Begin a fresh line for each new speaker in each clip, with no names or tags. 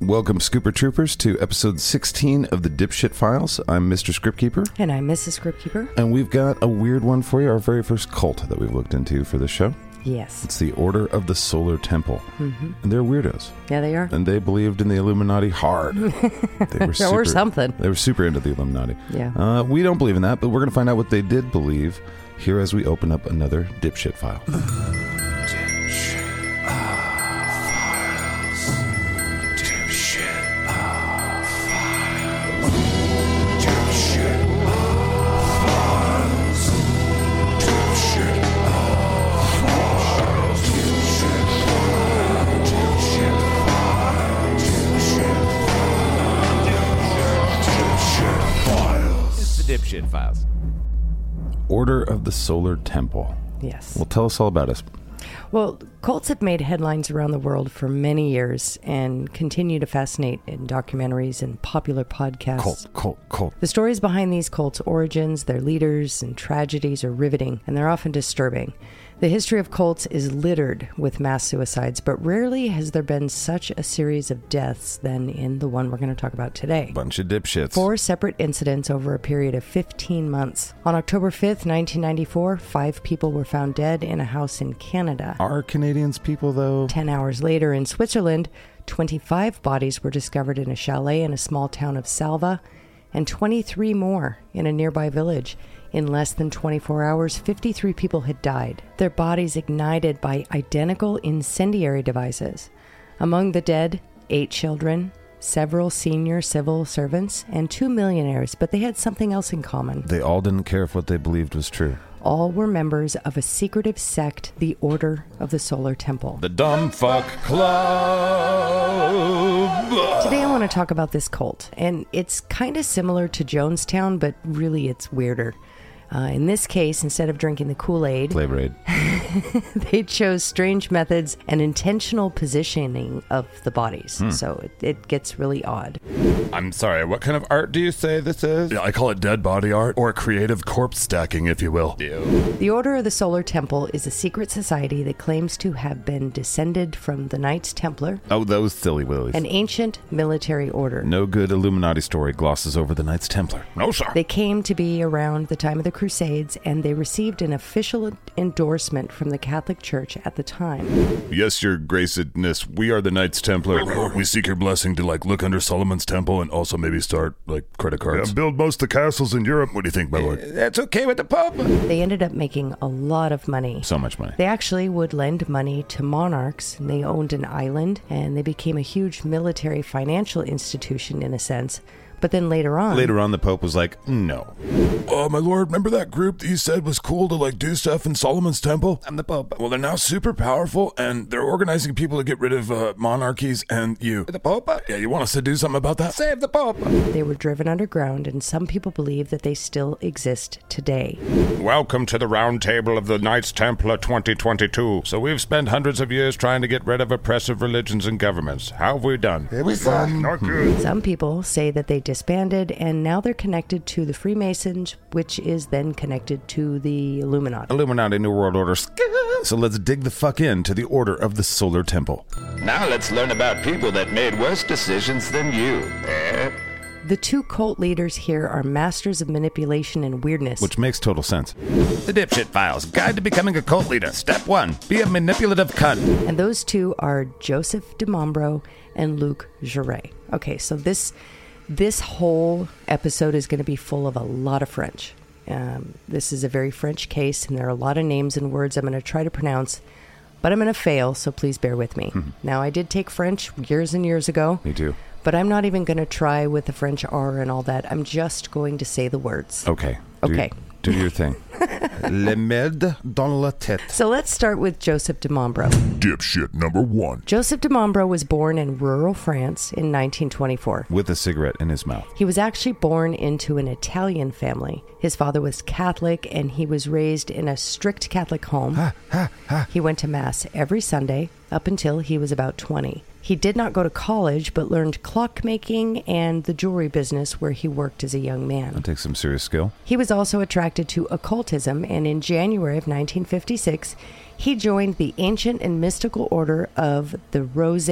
Welcome, Scooper Troopers, to episode 16 of the Dipshit Files. I'm Mr. Scriptkeeper,
And I'm Mrs. Scriptkeeper.
and we've got a weird one for you, our very first cult that we've looked into for this show.
Yes.
It's the Order of the Solar Temple. Mm-hmm. And they're weirdos.
Yeah, they are.
And they believed in the Illuminati hard. They were
Or something.
They were super into the Illuminati.
Yeah.
Uh, we don't believe in that, but we're going to find out what they did believe here as we open up another Dipshit File.
It's the dipshit files.
Order of the Solar Temple.
Yes.
Well, tell us all about it.
Well, cults have made headlines around the world for many years and continue to fascinate in documentaries and popular podcasts.
Cult, cult, cult.
The stories behind these cults' origins, their leaders, and tragedies are riveting, and they're often disturbing. The history of cults is littered with mass suicides, but rarely has there been such a series of deaths than in the one we're going to talk about today.
Bunch of dipshits.
four separate incidents over a period of 15 months. On October 5th, 1994, five people were found dead in a house in Canada.
Are Canadians people, though?
Ten hours later, in Switzerland, 25 bodies were discovered in a chalet in a small town of Salva, and 23 more in a nearby village. In less than 24 hours, 53 people had died, their bodies ignited by identical incendiary devices. Among the dead, eight children, several senior civil servants, and two millionaires, but they had something else in common.
They all didn't care if what they believed was true.
All were members of a secretive sect, the Order of the Solar Temple.
The Dumb Fuck Club!
Today, I want to talk about this cult, and it's kind of similar to Jonestown, but really it's weirder. Uh, in this case, instead of drinking the Kool Aid,
Flavor Aid.
they chose strange methods and intentional positioning of the bodies. So it, it gets really odd.
I'm sorry, what kind of art do you say this is?
Yeah, I call it dead body art or creative corpse stacking, if you will.
The Order of the Solar Temple is a secret society that claims to have been descended from the Knights Templar,
Oh, those silly willies.
an ancient military order.
no good Illuminati story glosses over the Knights Templar. No, sir.
They came to be around the time of the Crusades and they received an official endorsement from the Catholic Church at the time.
Yes, your gracedness, we are the Knights Templar.
We seek your blessing to like look under Solomon's temple and also maybe start like credit cards.
build most of the castles in Europe.
What do you think, my lord?
That's okay with the Pope.
They ended up making a lot of money.
So much money.
They actually would lend money to monarchs and they owned an island and they became a huge military financial institution in a sense. But then later on,
Later on, the Pope was like, no.
Oh, my lord, remember that group that you said was cool to like do stuff in Solomon's temple?
I'm the Pope.
Well, they're now super powerful and they're organizing people to get rid of uh, monarchies and you.
The Pope?
Yeah, you want us to do something about that?
Save the Pope.
they were driven underground and some people believe that they still exist today.
Welcome to the round table of the Knights Templar 2022. So we've spent hundreds of years trying to get rid of oppressive religions and governments. How have we done?
Some people say that they disbanded and now they're connected to the Freemasons, which is then connected to the Illuminati.
Illuminati New World Order. So let's dig the fuck in to the Order of the Solar Temple.
Now let's learn about people that made worse decisions than you.
The two cult leaders here are masters of manipulation and weirdness.
Which makes total sense.
The dipshit files. Guide to becoming a cult leader. Step one.
Be a manipulative cunt.
And those two are Joseph DeMombro and Luke Juret. Okay, so this this whole episode is going to be full of a lot of French. Um, this is a very French case, and there are a lot of names and words I'm going to try to pronounce, but I'm going to fail, so please bear with me. Now, I did take French years and years ago.
Me too.
But I'm not even going to try with the French R and all that. I'm just going to say the words.
Okay. Do-
Okay.
Do your thing. Le med dans la tête.
So let's start with Joseph DeMombro.
Dipshit number one.
Joseph DeMombro was born in rural France in 1924.
With a cigarette in his mouth.
He was actually born into an Italian family. His father was Catholic and he was raised in a strict Catholic home. He went to Mass every Sunday up until he was about 20. He did not go to college but learned clockmaking and the jewelry business where he worked as a young man.
Take some serious skill.
He was also attracted to occultism and in January of 1956, He joined the ancient and mystical order of the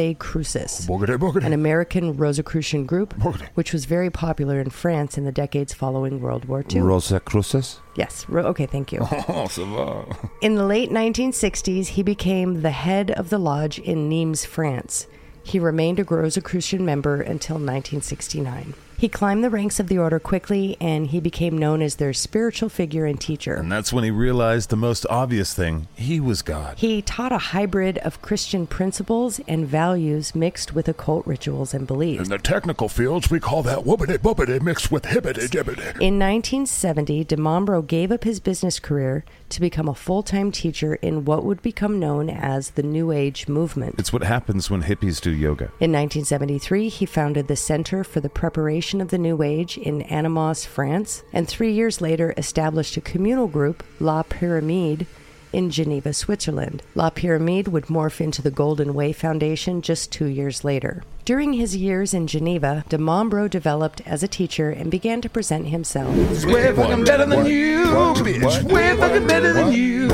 Rosicrucis,
Boogity, boogity.
an American Rosicrucian group,
Boogity.
which was very popular in France in the decades following World War II.
Rosa Cruces?
yes, ro- okay, thank you.
Oh, savant.
In the late 1960s, he became the head of the lodge in Nimes, France. He remained a Rosicrucian member until 1969. He climbed the ranks of the order quickly and he became known as their spiritual figure and teacher.
And that's when he realized the most obvious thing he was God.
He taught a hybrid of Christian principles and values mixed with occult rituals and beliefs.
In the technical fields, we call that whoopity boopity mixed with hibbity jibbity.
In 1970, DeMombro gave up his business career to become a full time teacher in what would become known as the New Age movement.
It's what happens when hippies do yoga.
In 1973, he founded the Center for the Preparation of the New Age in Animas, France, and three years later established a communal group, La Pyramide, in Geneva, Switzerland. La Pyramide would morph into the Golden Way Foundation just two years later. During his years in Geneva, de Mombro developed as a teacher and began to present himself
Way fucking better than you, bitch. Way fucking better than you.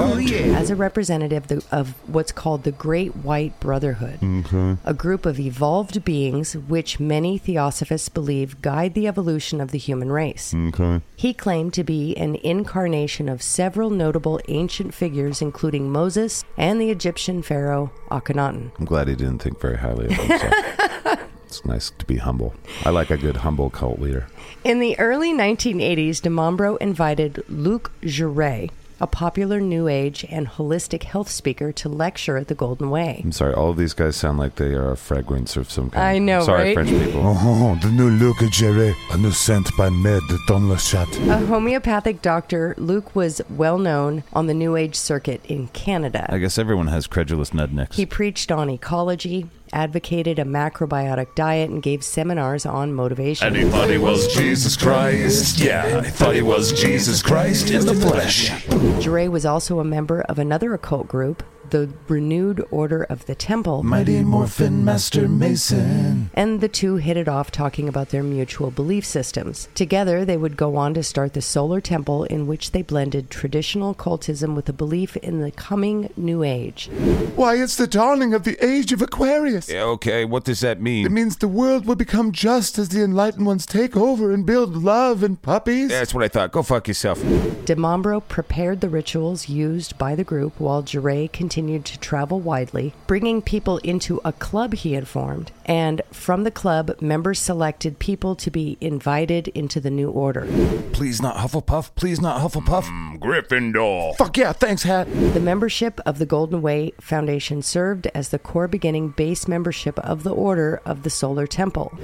as a representative th- of what's called the Great White Brotherhood, a group of evolved beings which many theosophists believe guide the evolution of the human race. He claimed to be an incarnation of several notable ancient figures, including Moses and the Egyptian pharaoh Akhenaten.
I'm glad he didn't think very highly of himself. it's nice to be humble. I like a good humble cult leader.
In the early 1980s, DeMombro invited Luc Juret, a popular New Age and holistic health speaker, to lecture at the Golden Way.
I'm sorry, all of these guys sound like they are a fragrance of some kind.
I know, right?
sorry, French people.
Oh, the new look at Jerry, a new scent by Med Don Le Chat.
A homeopathic doctor, Luke was well known on the New Age circuit in Canada.
I guess everyone has credulous nudnicks.
He preached on ecology, advocated a macrobiotic diet, and gave seminars on motivation.
And he thought he was Jesus Christ. Yeah, he thought he was Jesus Christ in the flesh.
Dre was also a member of another occult group, the Renewed Order of the Temple,
Mighty Morphin Master Mason.
and the two hit it off talking about their mutual belief systems. Together, they would go on to start the Solar Temple, in which they blended traditional occultism with a belief in the coming New Age.
Why, it's the dawning of the age of Aquarius.
Okay, what does that
It
mean?
means the world will become just as the enlightened ones take over and build love and puppies.
That's what I thought. Go fuck yourself.
DeMombro prepared the rituals used by the group while Jure continued to travel widely, bringing people into a club he had formed. And from the club, members selected people to be invited into the new order.
Please not Hufflepuff. Please not Hufflepuff.
Mm,
Gryffindor.
Fuck yeah, thanks, hat.
The membership of the Golden Way Foundation served as the core beginning base membership of the Order of the Solar Temple.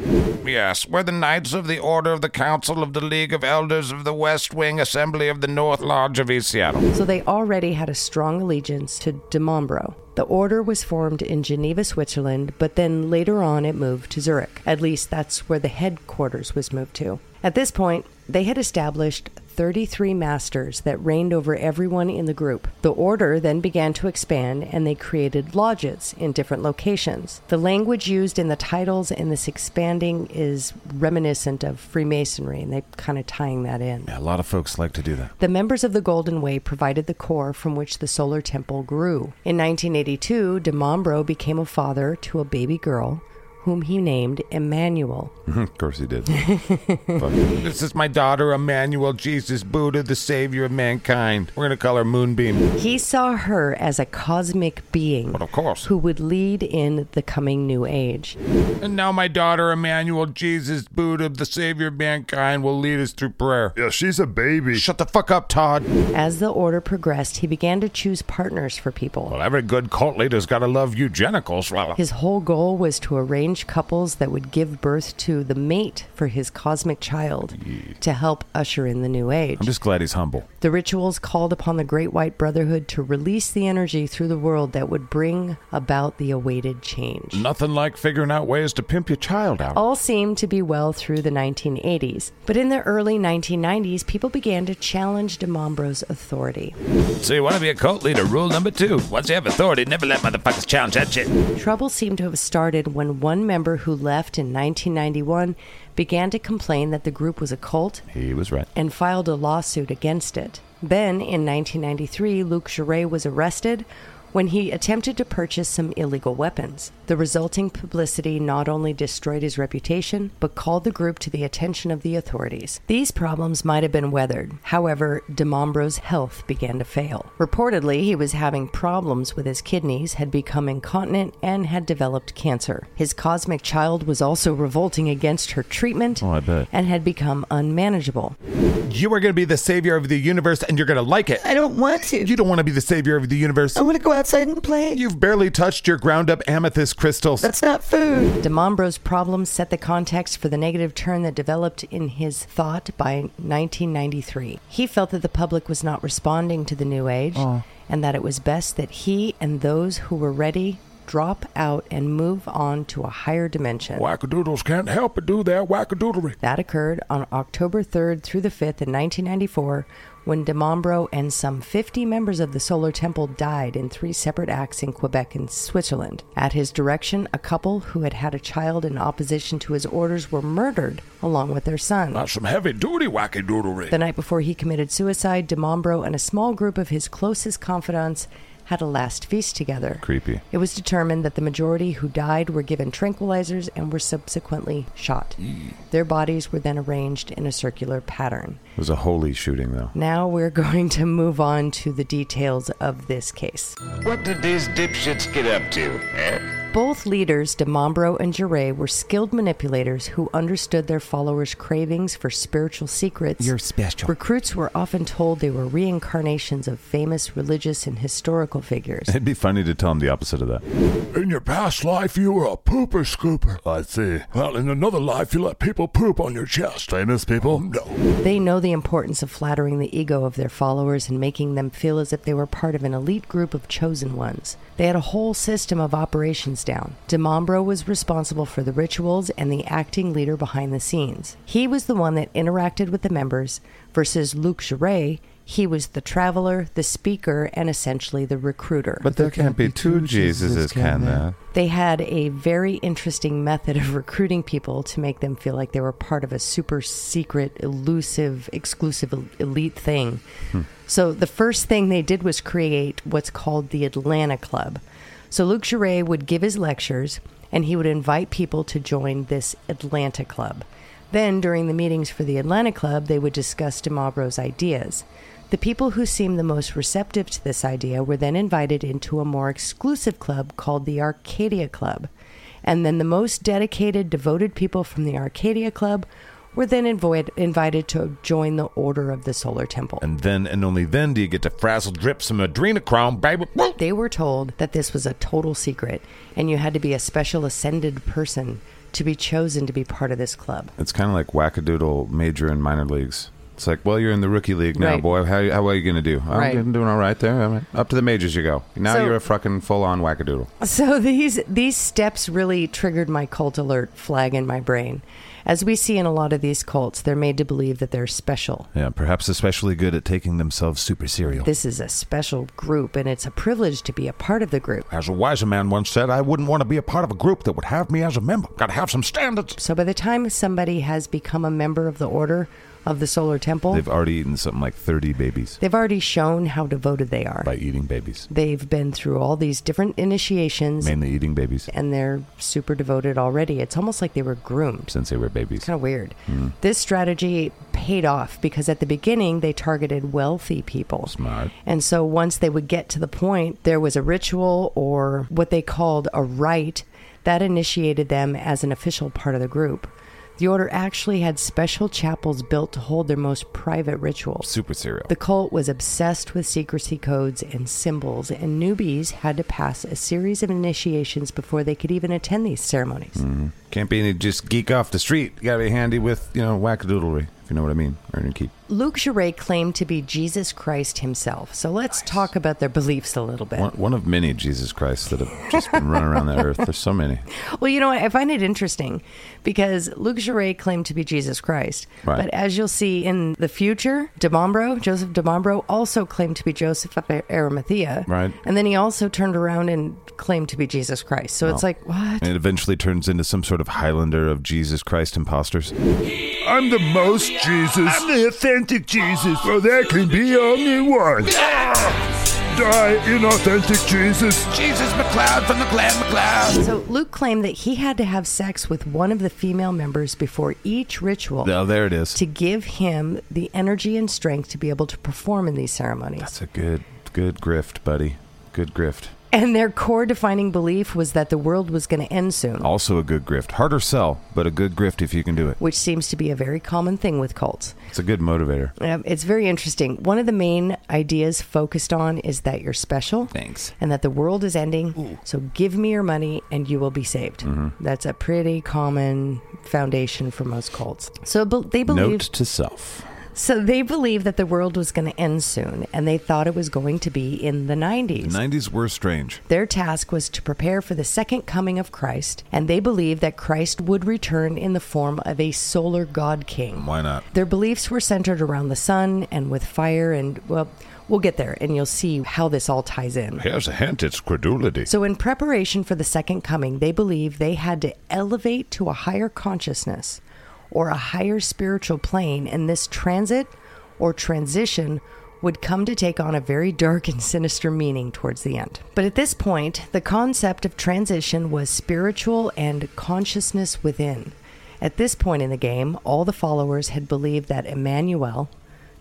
Yes, we're the Knights of the Order of the Council of the League of Elders of the West Wing Assembly of the North Lodge of East Seattle.
So they already had a strong allegiance to Demombro. The order was formed in Geneva, Switzerland, but then later on it moved to Zurich. At least that's where the headquarters was moved to. At this point, they had established 33 masters that reigned over everyone in the group. The order then began to expand and they created lodges in different locations. The language used in the titles in this expanding is reminiscent of Freemasonry, and they kind of tying that in.
Yeah, a lot of folks like to do that.
The members of the Golden Way provided the core from which the solar temple grew. In 1982, DeMombro became a father to a baby girl whom he named Emmanuel.
of course he did. Fucking-
This is my daughter, Emmanuel Jesus Buddha, the savior of mankind. We're gonna call her Moonbeam.
He saw her as a cosmic being
But of course.
who would lead in the coming new age.
And now my daughter, Emmanuel Jesus Buddha, the savior of mankind, will lead us through prayer.
Yeah, she's a baby.
Shut the fuck up, Todd.
As the order progressed, he began to choose partners for people.
Well, every good cult leader's gotta love eugenicals. Well,
His whole goal was to arrange couples that would give birth to the mate for his cosmic child to help usher in the new age.
I'm just glad he's humble.
The rituals called upon the Great White Brotherhood to release the energy through the world that would bring about the awaited change.
nothing like figuring out ways to pimp your child out.
Oh.
All seemed to be well through the 1980s, but in the early 1990s, people began to challenge DeMombro's authority.
So you want to be a cult leader? Rule number two: once you have authority, never let motherfuckers challenge that shit.
Trouble seemed to have started when one member who left in 1991 began to complain that the group was a cult
He was right.
and filed a lawsuit against it. Then, in 1993, Luc Jouret was arrested when he attempted to purchase some illegal weapons. The resulting publicity not only destroyed his reputation, but called the group to the attention of the authorities. These problems might have been weathered. However, DeMombro's health began to fail. Reportedly, he was having problems with his kidneys, had become incontinent, and had developed cancer. His cosmic child was also revolting against her treatment
Oh, I bet.
and had become unmanageable.
You are going to be the savior of the universe, and you're going to like it.
I don't want to.
You don't want to be the savior of the universe.
Oh.
I want to go outside and play.
You've barely touched your ground up amethyst crystals.
That's not food.
DeMombro's problems set the context for the negative turn that developed in his thought by 1993. He felt that the public was not responding to the new age and that it was best that he and those who were ready drop out and move on to a higher dimension.
Wackadoodles can't help but do their wackadoodlery.
That occurred on October 3rd through the 5th in 1994 when DeMombro and some 50 members of the Solar Temple died in three separate acts in Quebec and Switzerland. At his direction, a couple who had had a child in opposition to his orders were murdered along with their son.
That's some heavy duty wackadoodlery.
The night before he committed suicide, DeMombro and a small group of his closest confidants had a last feast together.
Creepy.
It was determined that the majority who died were given tranquilizers and were subsequently shot.
Mm.
Their bodies were then arranged in a circular pattern.
It was a holy shooting, though.
Now we're going to move on to the details of this case.
What did these dipshits get up to, eh?
Both leaders, DeMombro and Jure, were skilled manipulators who understood their followers' cravings for spiritual secrets.
You're special.
Recruits were often told they were reincarnations of famous religious and historical figures.
It'd be funny to tell him the opposite of that.
In your past life, you were a pooper scooper. I see. Well, in another life, you let people poop on your chest. Famous people? No.
They know the importance of flattering the ego of their followers and making them feel as if they were part of an elite group of chosen ones. They had a whole system of operations down. DeMombro was responsible for the rituals and the acting leader behind the scenes. He was the one that interacted with the members, versus Luc Jouret, he was the traveler, the speaker, and essentially the recruiter.
But there can't be two Jesuses, can there?
They had a very interesting method of recruiting people to make them feel like they were part of a super secret, elusive, exclusive el- elite thing. So the first thing they did was create what's called the Atlanta Club. So Luke Jouret would give his lectures and he would invite people to join this Atlanta Club. Then, during the meetings for the Atlanta Club, they would discuss DeMabro's ideas. The people who seemed the most receptive to this idea were then invited into a more exclusive club called the Arcadia Club. And then the most dedicated, devoted people from the Arcadia Club were then invo- invited to join the Order of the Solar Temple.
And then and only then do you get to frazzle drip some adrenochrome, baby. Woo!
They were told that this was a total secret, and you had to be a special ascended person to be chosen to be part of this club.
It's kind of like wackadoodle major and minor leagues. It's like, well, you're in the rookie league now,
Right.
boy. How, how are you going to do? I'm
Right.
getting- doing all right there. I'm up to the majors you go. Now
So-
you're a fucking full on wackadoodle.
So these these steps really triggered my cult alert flag in my brain. As we see in a lot of these cults, they're made to believe that they're special.
Yeah, perhaps especially good at taking themselves super serial.
This is a special group and it's a privilege to be a part of the group.
As a wiser man once said, I wouldn't want to be a part of a group that would have me as a member. Gotta have some standards.
So by the time somebody has become a member of the order of the solar temple,
They've
they've,
already eaten something like 30 babies
already shown how devoted they are.
by eating babies.
They've been through all these different initiations
Mainly eating babies
and they're super devoted already. It's almost like they were groomed.
since they were babies.
kind of weird. This strategy paid off because at the beginning they targeted wealthy people.
Smart.
And so once they would get to the point, there was a ritual or what they called a rite that initiated them as an official part of the group. The order actually had special chapels built to hold their most private rituals.
Super serial.
The cult was obsessed with secrecy codes and symbols, and newbies had to pass a series of initiations before they could even attend these ceremonies.
Can't be any just geek off the street. You got to be handy with, you know, wackadoodlery, if you know what I mean. Earn and keep.
Luke Jouret claimed to be Jesus Christ himself. So let's talk about their beliefs a little bit.
One, one of many Jesus Christs that have just been running around that earth. There's so many.
Well, you know, what? I find it interesting because Luke Jouret claimed to be Jesus Christ.
Right.
But as you'll see in the future, DeMombro, Joseph DeMombro, also claimed to be Joseph of Arimathea.
Right.
And then he also turned around and claimed to be Jesus Christ. So it's like, what?
And it eventually turns into some sort of Highlander of Jesus Christ imposters.
I'm the most Jesus. I'm the authentic Jesus. Well, there can be only one. die, inauthentic Jesus.
Jesus McLeod from the Clan McLeod.
So Luke claimed that he had to have sex with one of the female members before each ritual
Oh, there it is.
to give him the energy and strength to be able to perform in these ceremonies.
That's a good, good grift, buddy. Good grift.
And their core defining belief was that the world was going to end soon,
Also a good grift. Harder sell, but a good grift if you can do it.
which seems to be a very common thing with cults.
It's a good motivator.
Um, it's very interesting. One of the main ideas focused on is that you're special.
Thanks.
And that the world is ending. So give me your money and you will be saved.
Mm-hmm.
That's a pretty common foundation for most cults. So be- they
Note
believed
to self.
so they believed that the world was going to end soon and they thought it was going to be in the 90s.
The 90s were strange.
Their task was to prepare for the second coming of Christ, and they believed that Christ would return in the form of a solar god king.
Why not?
Their beliefs were centered around the sun and with fire, and well, we'll get there and you'll see how this all ties in.
Here's a hint it's credulity.
So, in preparation for the second coming, they believed they had to elevate to a higher consciousness or a higher spiritual plane, and this transit or transition would come to take on a very dark and sinister meaning towards the end. But at this point, the concept of transition was spiritual and consciousness within. At this point in the game, all the followers had believed that Emmanuel,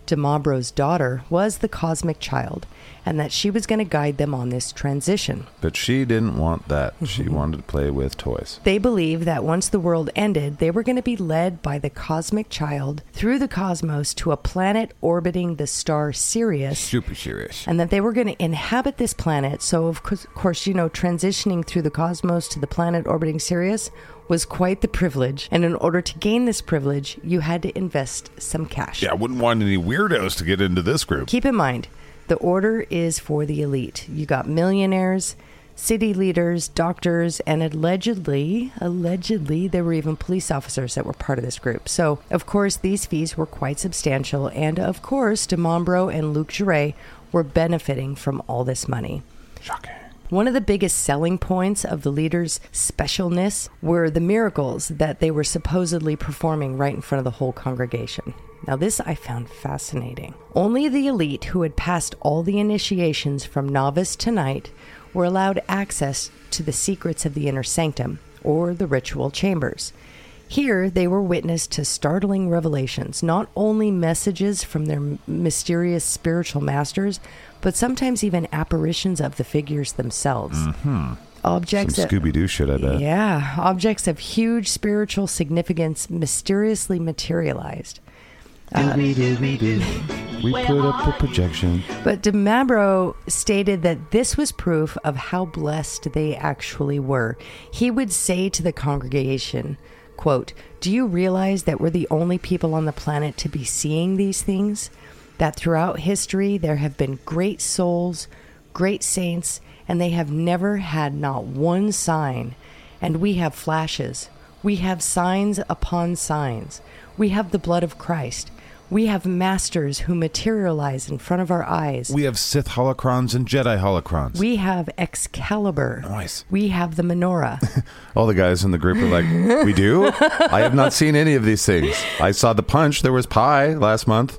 Demabro's daughter, was the cosmic child and that she was going to guide them on this transition.
But she didn't want that. She wanted to play with toys.
They believed that once the world ended, they were going to be led by the cosmic child through the cosmos to a planet orbiting the star Sirius,
Super serious.
and that they were going to inhabit this planet. So, of course, of course, you know, transitioning through the cosmos to the planet orbiting Sirius was quite the privilege. And in order to gain this privilege, you had to invest some cash.
Yeah, I wouldn't want any weirdos to get into this group.
Keep in mind, the order is for the elite. You got millionaires, city leaders, doctors, and allegedly, allegedly, there were even police officers that were part of this group. So, of course, these fees were quite substantial. And of course, DeMombro and Luke Juray were benefiting from all this money. One of the biggest selling points of the leaders' specialness were the miracles that they were supposedly performing right in front of the whole congregation. Now, this I found fascinating. Only the elite who had passed all the initiations from novice to knight were allowed access to the secrets of the inner sanctum, or the ritual chambers. Here, they were witness to startling revelations, not only messages from their m- mysterious spiritual masters, but sometimes even apparitions of the figures themselves.
Some
Objects. that-
Scooby Doo shit, I bet.
yeah, objects of huge spiritual significance mysteriously materialized.
We put up a projection.
But DeMabro stated that this was proof of how blessed they actually were. He would say to the congregation, quote, Do you realize that we're the only people on the planet to be seeing these things? That throughout history there have been great souls, great saints, and they have never had not one sign. And we have flashes. We have signs upon signs. We have the blood of Christ. We have masters who materialize in front of our eyes.
We have Sith holocrons and Jedi holocrons.
We have Excalibur.
Nice.
We have the menorah.
All the guys in the group are like, "We do? I have not seen any of these things. I saw the punch. There was pie last month.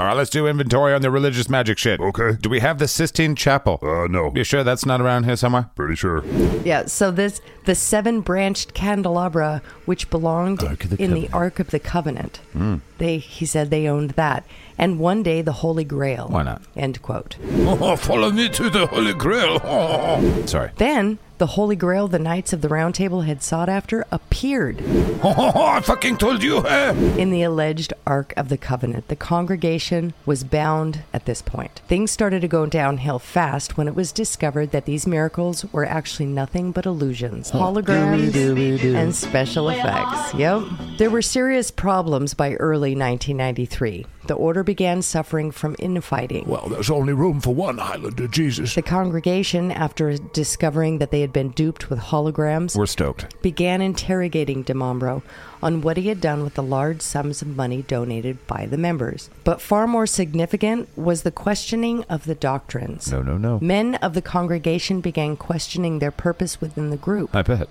All right, let's do inventory on the religious magic shit.
Okay.
Do we have the Sistine Chapel?
Uh, no.
You sure that's not around here somewhere?
Pretty sure.
yeah, so this the seven branched candelabra which belonged
Ark of the
in
Covenant.
the Ark of the Covenant.
Hmm.
They he said they owned that. And one day the Holy Grail.
Why not?
End quote.
Oh, follow me to the Holy Grail. Oh,
Sorry.
Then the Holy Grail the Knights of the Round Table had sought after appeared
I fucking told you. eh?
in the alleged Ark of the Covenant. The congregation was bound at this point. Things started to go downhill fast when it was discovered that these miracles were actually nothing but illusions, holograms, and special effects. Yep. There were serious problems by early 1993. The order began suffering from infighting.
Well, there's only room for one Highlander Jesus.
The congregation, after discovering that they had been duped with holograms,
We're stoked.
began interrogating DeMombro on what he had done with the large sums of money donated by the members. But far more significant was the questioning of the doctrines.
No, no, no.
Men of the congregation began questioning their purpose within the group.
I bet.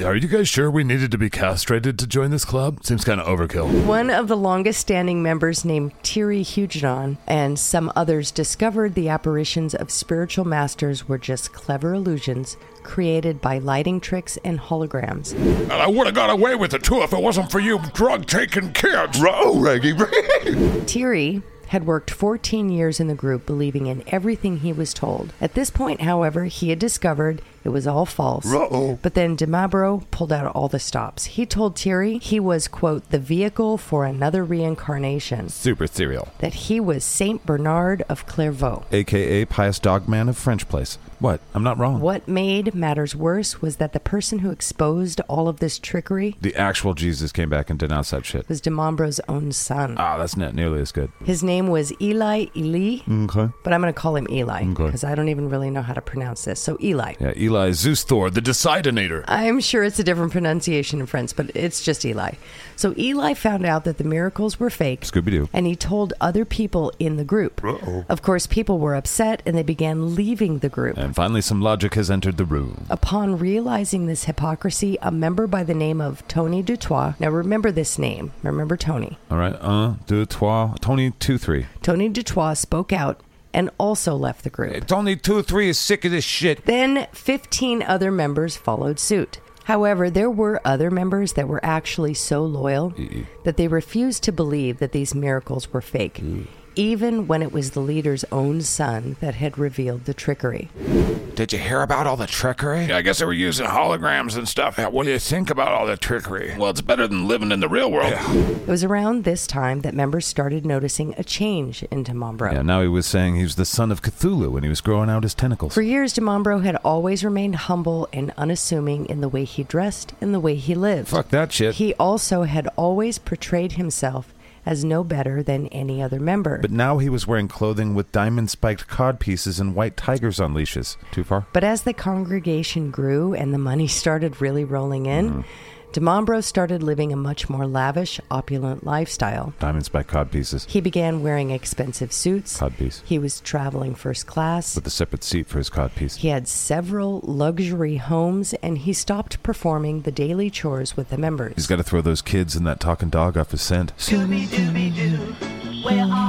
Are you guys sure we needed to be castrated to join this club? Seems kind of overkill.
One of the longest standing members named Thierry Huguenon and some others discovered the apparitions of spiritual masters were just clever illusions created by lighting tricks and holograms.
And I would have got away with it too if it wasn't for you drug taking kids.
Oh, Reggie,
Thierry had worked 14 years in the group, believing in everything he was told. At this point, however, he had discovered it was all false.
Uh-oh.
But then DeMabro pulled out all the stops. He told Thierry he was, quote, the vehicle for another reincarnation,
Super cereal.
that he was Saint Bernard of Clairvaux.
AKA Pious Dogman of French Place. What? I'm not wrong.
What made matters worse was that the person who exposed all of this trickery
The actual Jesus came back and denounced that shit.
was DeMambro's own son.
Ah, that's not nearly as good.
His name was Eli Eli,
Okay.
but I'm going to call him Eli because I don't even really know how to pronounce this. So, Eli.
Yeah, Eli Zeus Thor, the Decidinator.
I'm sure it's a different pronunciation in French, but it's just Eli. So Eli found out that the miracles were fake.
Scooby Doo.
And he told other people in the group. Of course, people were upset and they began leaving the group.
And finally, some logic has entered the room.
Upon realizing this hypocrisy, a member by the name of Tony Dutois, now remember this name, remember Tony.
All right, un, deux, trois, Tony, two, three.
Tony Dutois spoke out and also left the group.
Tony two three is sick of this shit.
Then 15 other members followed suit. However, there were other members that were actually so loyal that they refused to believe that these miracles were fake,
Mm.
even when it was the leader's own son that had revealed the trickery.
Did you hear about all the trickery?
Yeah, I guess they were using holograms and stuff. Yeah, What do you think about all the trickery? Well, it's better than living in the real world.
It was around this time that members started noticing a change in Mombro.
Yeah, now he was saying he was the son of Cthulhu when he was growing out his tentacles.
For years, Demombro had always remained humble and unassuming in the way he dressed and the way he lived.
Fuck that shit.
He also had always portrayed himself as no better than any other member.
But now he was wearing clothing with diamond spiked cod pieces and white tigers on leashes. Too far?
But as the congregation grew and the money started really rolling in, Demombro started living a much more lavish, opulent lifestyle.
Diamond spiked cod pieces.
He began wearing expensive suits.
Codpiece.
He was traveling first class.
With a separate seat for his cod piece.
He had several luxury homes and he stopped performing the daily chores with the members.
He's got to throw those kids and that talking dog off his scent.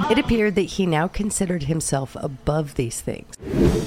It appeared that he now considered himself above these things.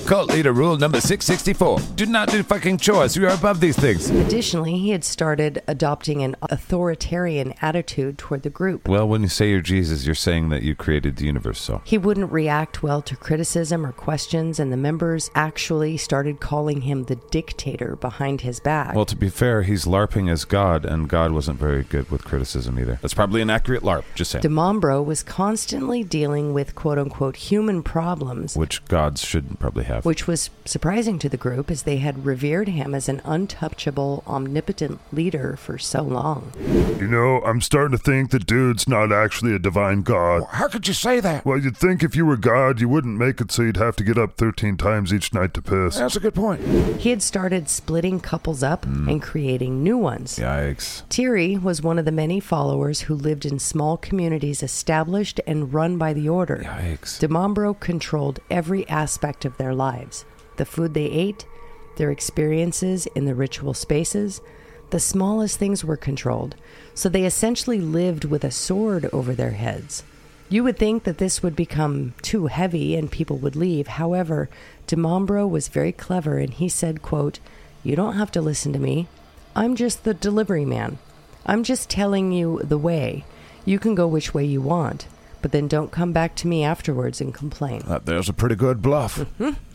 Cult leader rule number 664. Do not do fucking chores. You are above these things.
Additionally, he had started adopting an authoritarian attitude toward the group.
Well, when you say you're Jesus, you're saying that you created the universe, so.
He wouldn't react well to criticism or questions, and the members actually started calling him the dictator behind his back.
Well, to be fair, he's LARPing as God, and God wasn't very good with criticism either. That's probably an accurate LARP, just saying.
DeMombro was constantly dealing with quote unquote human problems,
Which gods should probably have.
which was surprising to the group as they had revered him as an untouchable, omnipotent leader for so long.
You know, I'm starting to think the dude's not actually a divine god.
How could you say that?
Well, you'd think if you were God, you wouldn't make it so you'd have to get up 13 times each night to piss.
That's a good point.
He had started splitting couples up and creating new ones.
Hmm. Yikes.
Thierry was one of the many followers who lived in small communities established and run by the order.
Yikes.
DeMombro controlled every aspect of their lives the food they ate, their experiences in the ritual spaces. The smallest things were controlled, so they essentially lived with a sword over their heads. You would think that this would become too heavy and people would leave. However, DeMombro was very clever and he said, quote, You don't have to listen to me. I'm just the delivery man. I'm just telling you the way. You can go which way you want, but then don't come back to me afterwards and complain.
Uh, there's a pretty good bluff.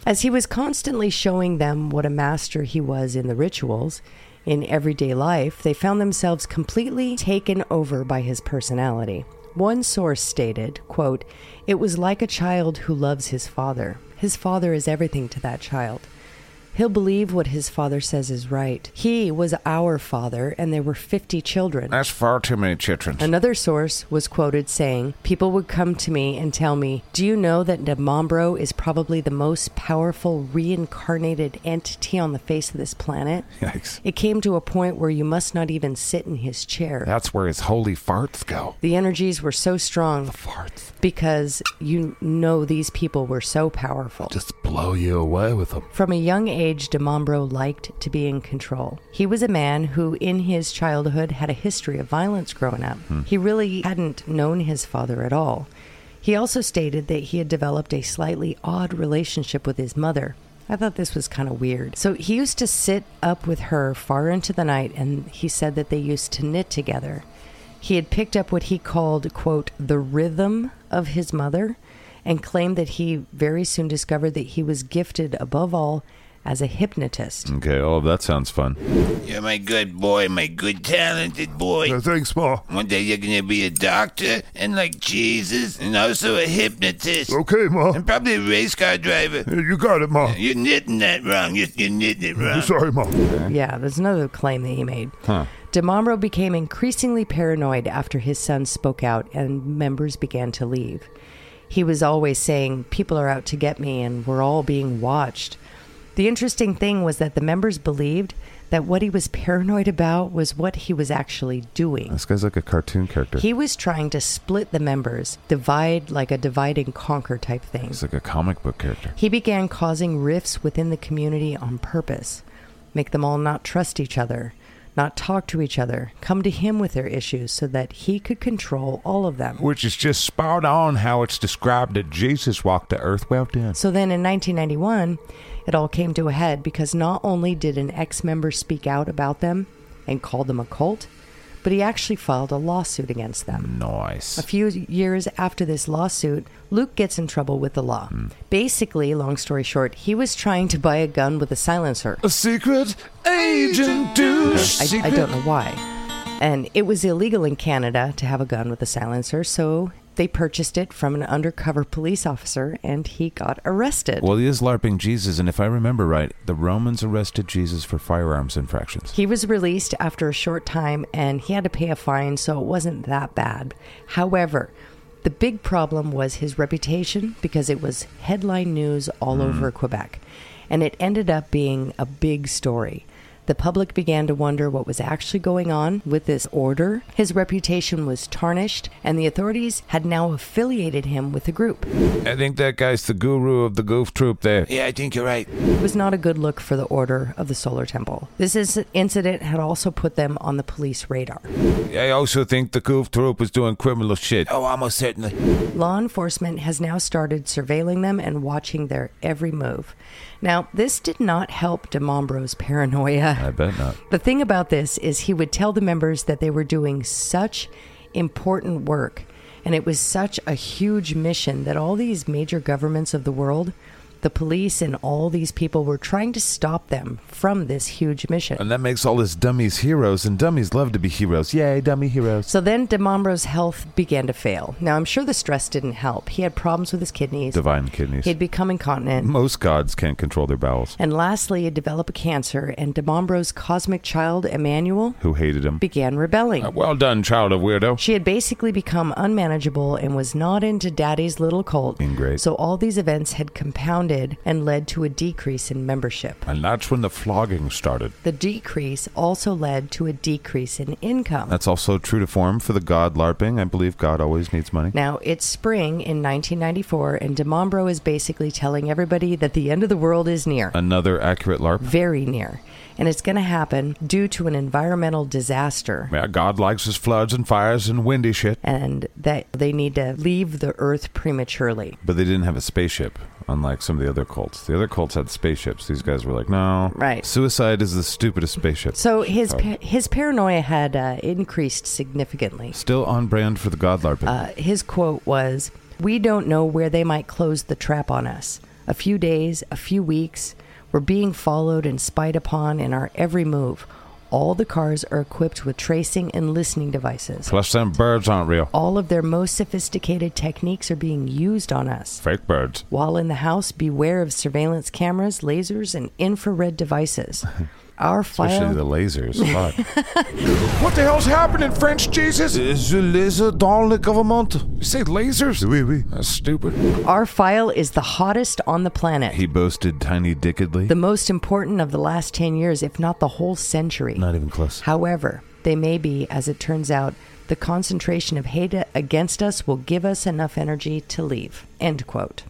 As he was constantly showing them what a master he was in the rituals, in everyday life, they found themselves completely taken over by his personality. One source stated, quote, It was like a child who loves his father. His father is everything to that child. He'll believe what his father says is right. He was our father, and there were 50 children.
That's far too many chitrons.
Another source was quoted saying, People would come to me and tell me, Do you know that Demombro is probably the most powerful reincarnated entity on the face of this planet?
Yikes.
It came to a point where you must not even sit in his chair.
That's where his holy farts go.
the energies were so strong
Farts.
because you know these people were so powerful.
Just blow you away with them.
From a young age, DeMombro liked to be in control. He was a man who, in his childhood, had a history of violence growing up. He really hadn't known his father at all. He also stated that he had developed a slightly odd relationship with his mother. I thought this was kind of weird. So he used to sit up with her far into the night, and he said that they used to knit together. He had picked up what he called, quote, the rhythm of his mother, and claimed that he very soon discovered that he was gifted, above all, as a hypnotist.
Okay, oh, that sounds fun.
You're my good boy, my good talented boy.
Uh, thanks, Ma.
One day you're gonna be a doctor and like Jesus and also a hypnotist.
Okay, Ma.
And probably a race car driver.
Uh, You got it, Ma.
You're knitting that wrong. You're, you're knitting it wrong.
Sorry, Ma.
Yeah, there's another claim that he made.
Huh.
DeMamro became increasingly paranoid after his son spoke out and members began to leave. He was always saying, People are out to get me and we're all being watched. The interesting thing was that the members believed that what he was paranoid about was what he was actually doing.
This guy's like a cartoon character.
He was trying to split the members, divide like a divide and conquer type thing.
He's like a comic book character.
He began causing rifts within the community on purpose, make them all not trust each other, not talk to each other, come to him with their issues so that he could control all of them.
Which is just spot on how it's described that Jesus walked the earth. Well done.
So then in 1991, it all came to a head because not only did an ex member speak out about them and call them a cult, but he actually filed a lawsuit against them.
Nice.
A few years after this lawsuit, Luke gets in trouble with the law.
Hmm.
Basically, long story short, he was trying to buy a gun with a silencer.
A secret agent douche.
I, I don't know why. And it was illegal in Canada to have a gun with a silencer, so they purchased it from an undercover police officer and he got arrested.
Well, he is LARPing Jesus, and if I remember right, the Romans arrested Jesus for firearms infractions.
He was released after a short time and he had to pay a fine, so it wasn't that bad. However, the big problem was his reputation because it was headline news all over Quebec. And it ended up being a big story. The public began to wonder what was actually going on with this order. His reputation was tarnished, and the authorities had now affiliated him with the group.
I think that guy's the guru of the goof troop there.
Yeah, I think you're right.
was not a good look for the Order of the Solar Temple. This is- incident had also put them on the police radar.
I also think the goof troop is doing criminal shit.
Oh, almost certainly.
Law enforcement has now started surveilling them and watching their every move. Now, this did not help DeMombro's paranoia.
I bet not.
The thing about this is he would tell the members that they were doing such important work and it was such a huge mission that all these major governments of the world, the police and all these people were trying to stop them from this huge mission.
And that makes all his dummies heroes, and dummies love to be heroes. Yay, dummy heroes.
So then DeMombro's health began to fail. Now, I'm sure the stress didn't help. He had problems with his kidneys.
Divine kidneys.
He'd become incontinent.
Most gods can't control their bowels.
And lastly, he'd develop a cancer, and DeMombro's cosmic child, Emmanuel,
Who hated him?
began rebelling.
Uh, well done, child of weirdo.
She had basically become unmanageable and was not into daddy's little cult.
Ingrate.
So all these events had compounded and led to a decrease in membership.
And that's when the flogging started.
The decrease also led to a decrease in income.
That's also true to form for the god LARPing. I believe God always needs money.
Now, it's spring in 1994, and DeMombro is basically telling everybody that the end of the world is near,
Another accurate LARP.
very near, and it's going to happen due to an environmental disaster,
Yeah, God likes his floods and fires and windy shit.
and that they need to leave the Earth prematurely.
But they didn't have a spaceship, unlike some of the other cults. The other cults had spaceships. These guys were like, no.
Right.
Suicide is the stupidest spaceship.
So his pa- his paranoia had uh, increased significantly.
Still on brand for the god LARPing.
Uh, his quote was, "We don't know where they might close the trap on us. A few days, a few weeks, we're being followed and spied upon in our every move. All the cars are equipped with tracing and listening devices.
Plus, them birds aren't real.
All of their most sophisticated techniques are being used on us.
Fake birds.
While in the house, beware of surveillance cameras, lasers, and infrared devices." Our
Especially
file
the lasers. Fuck.
What the hell's happening, French Jesus?
Je laser dans le government.
You say lasers?
Oui, oui.
That's stupid.
our file is the hottest on the planet.
He boasted tiny dickedly.
the most important of the last 10 years, if not the whole century.
Not even close.
However, they may be, as it turns out, the
Hmm.
concentration of hate against us will give us enough energy to leave. End quote.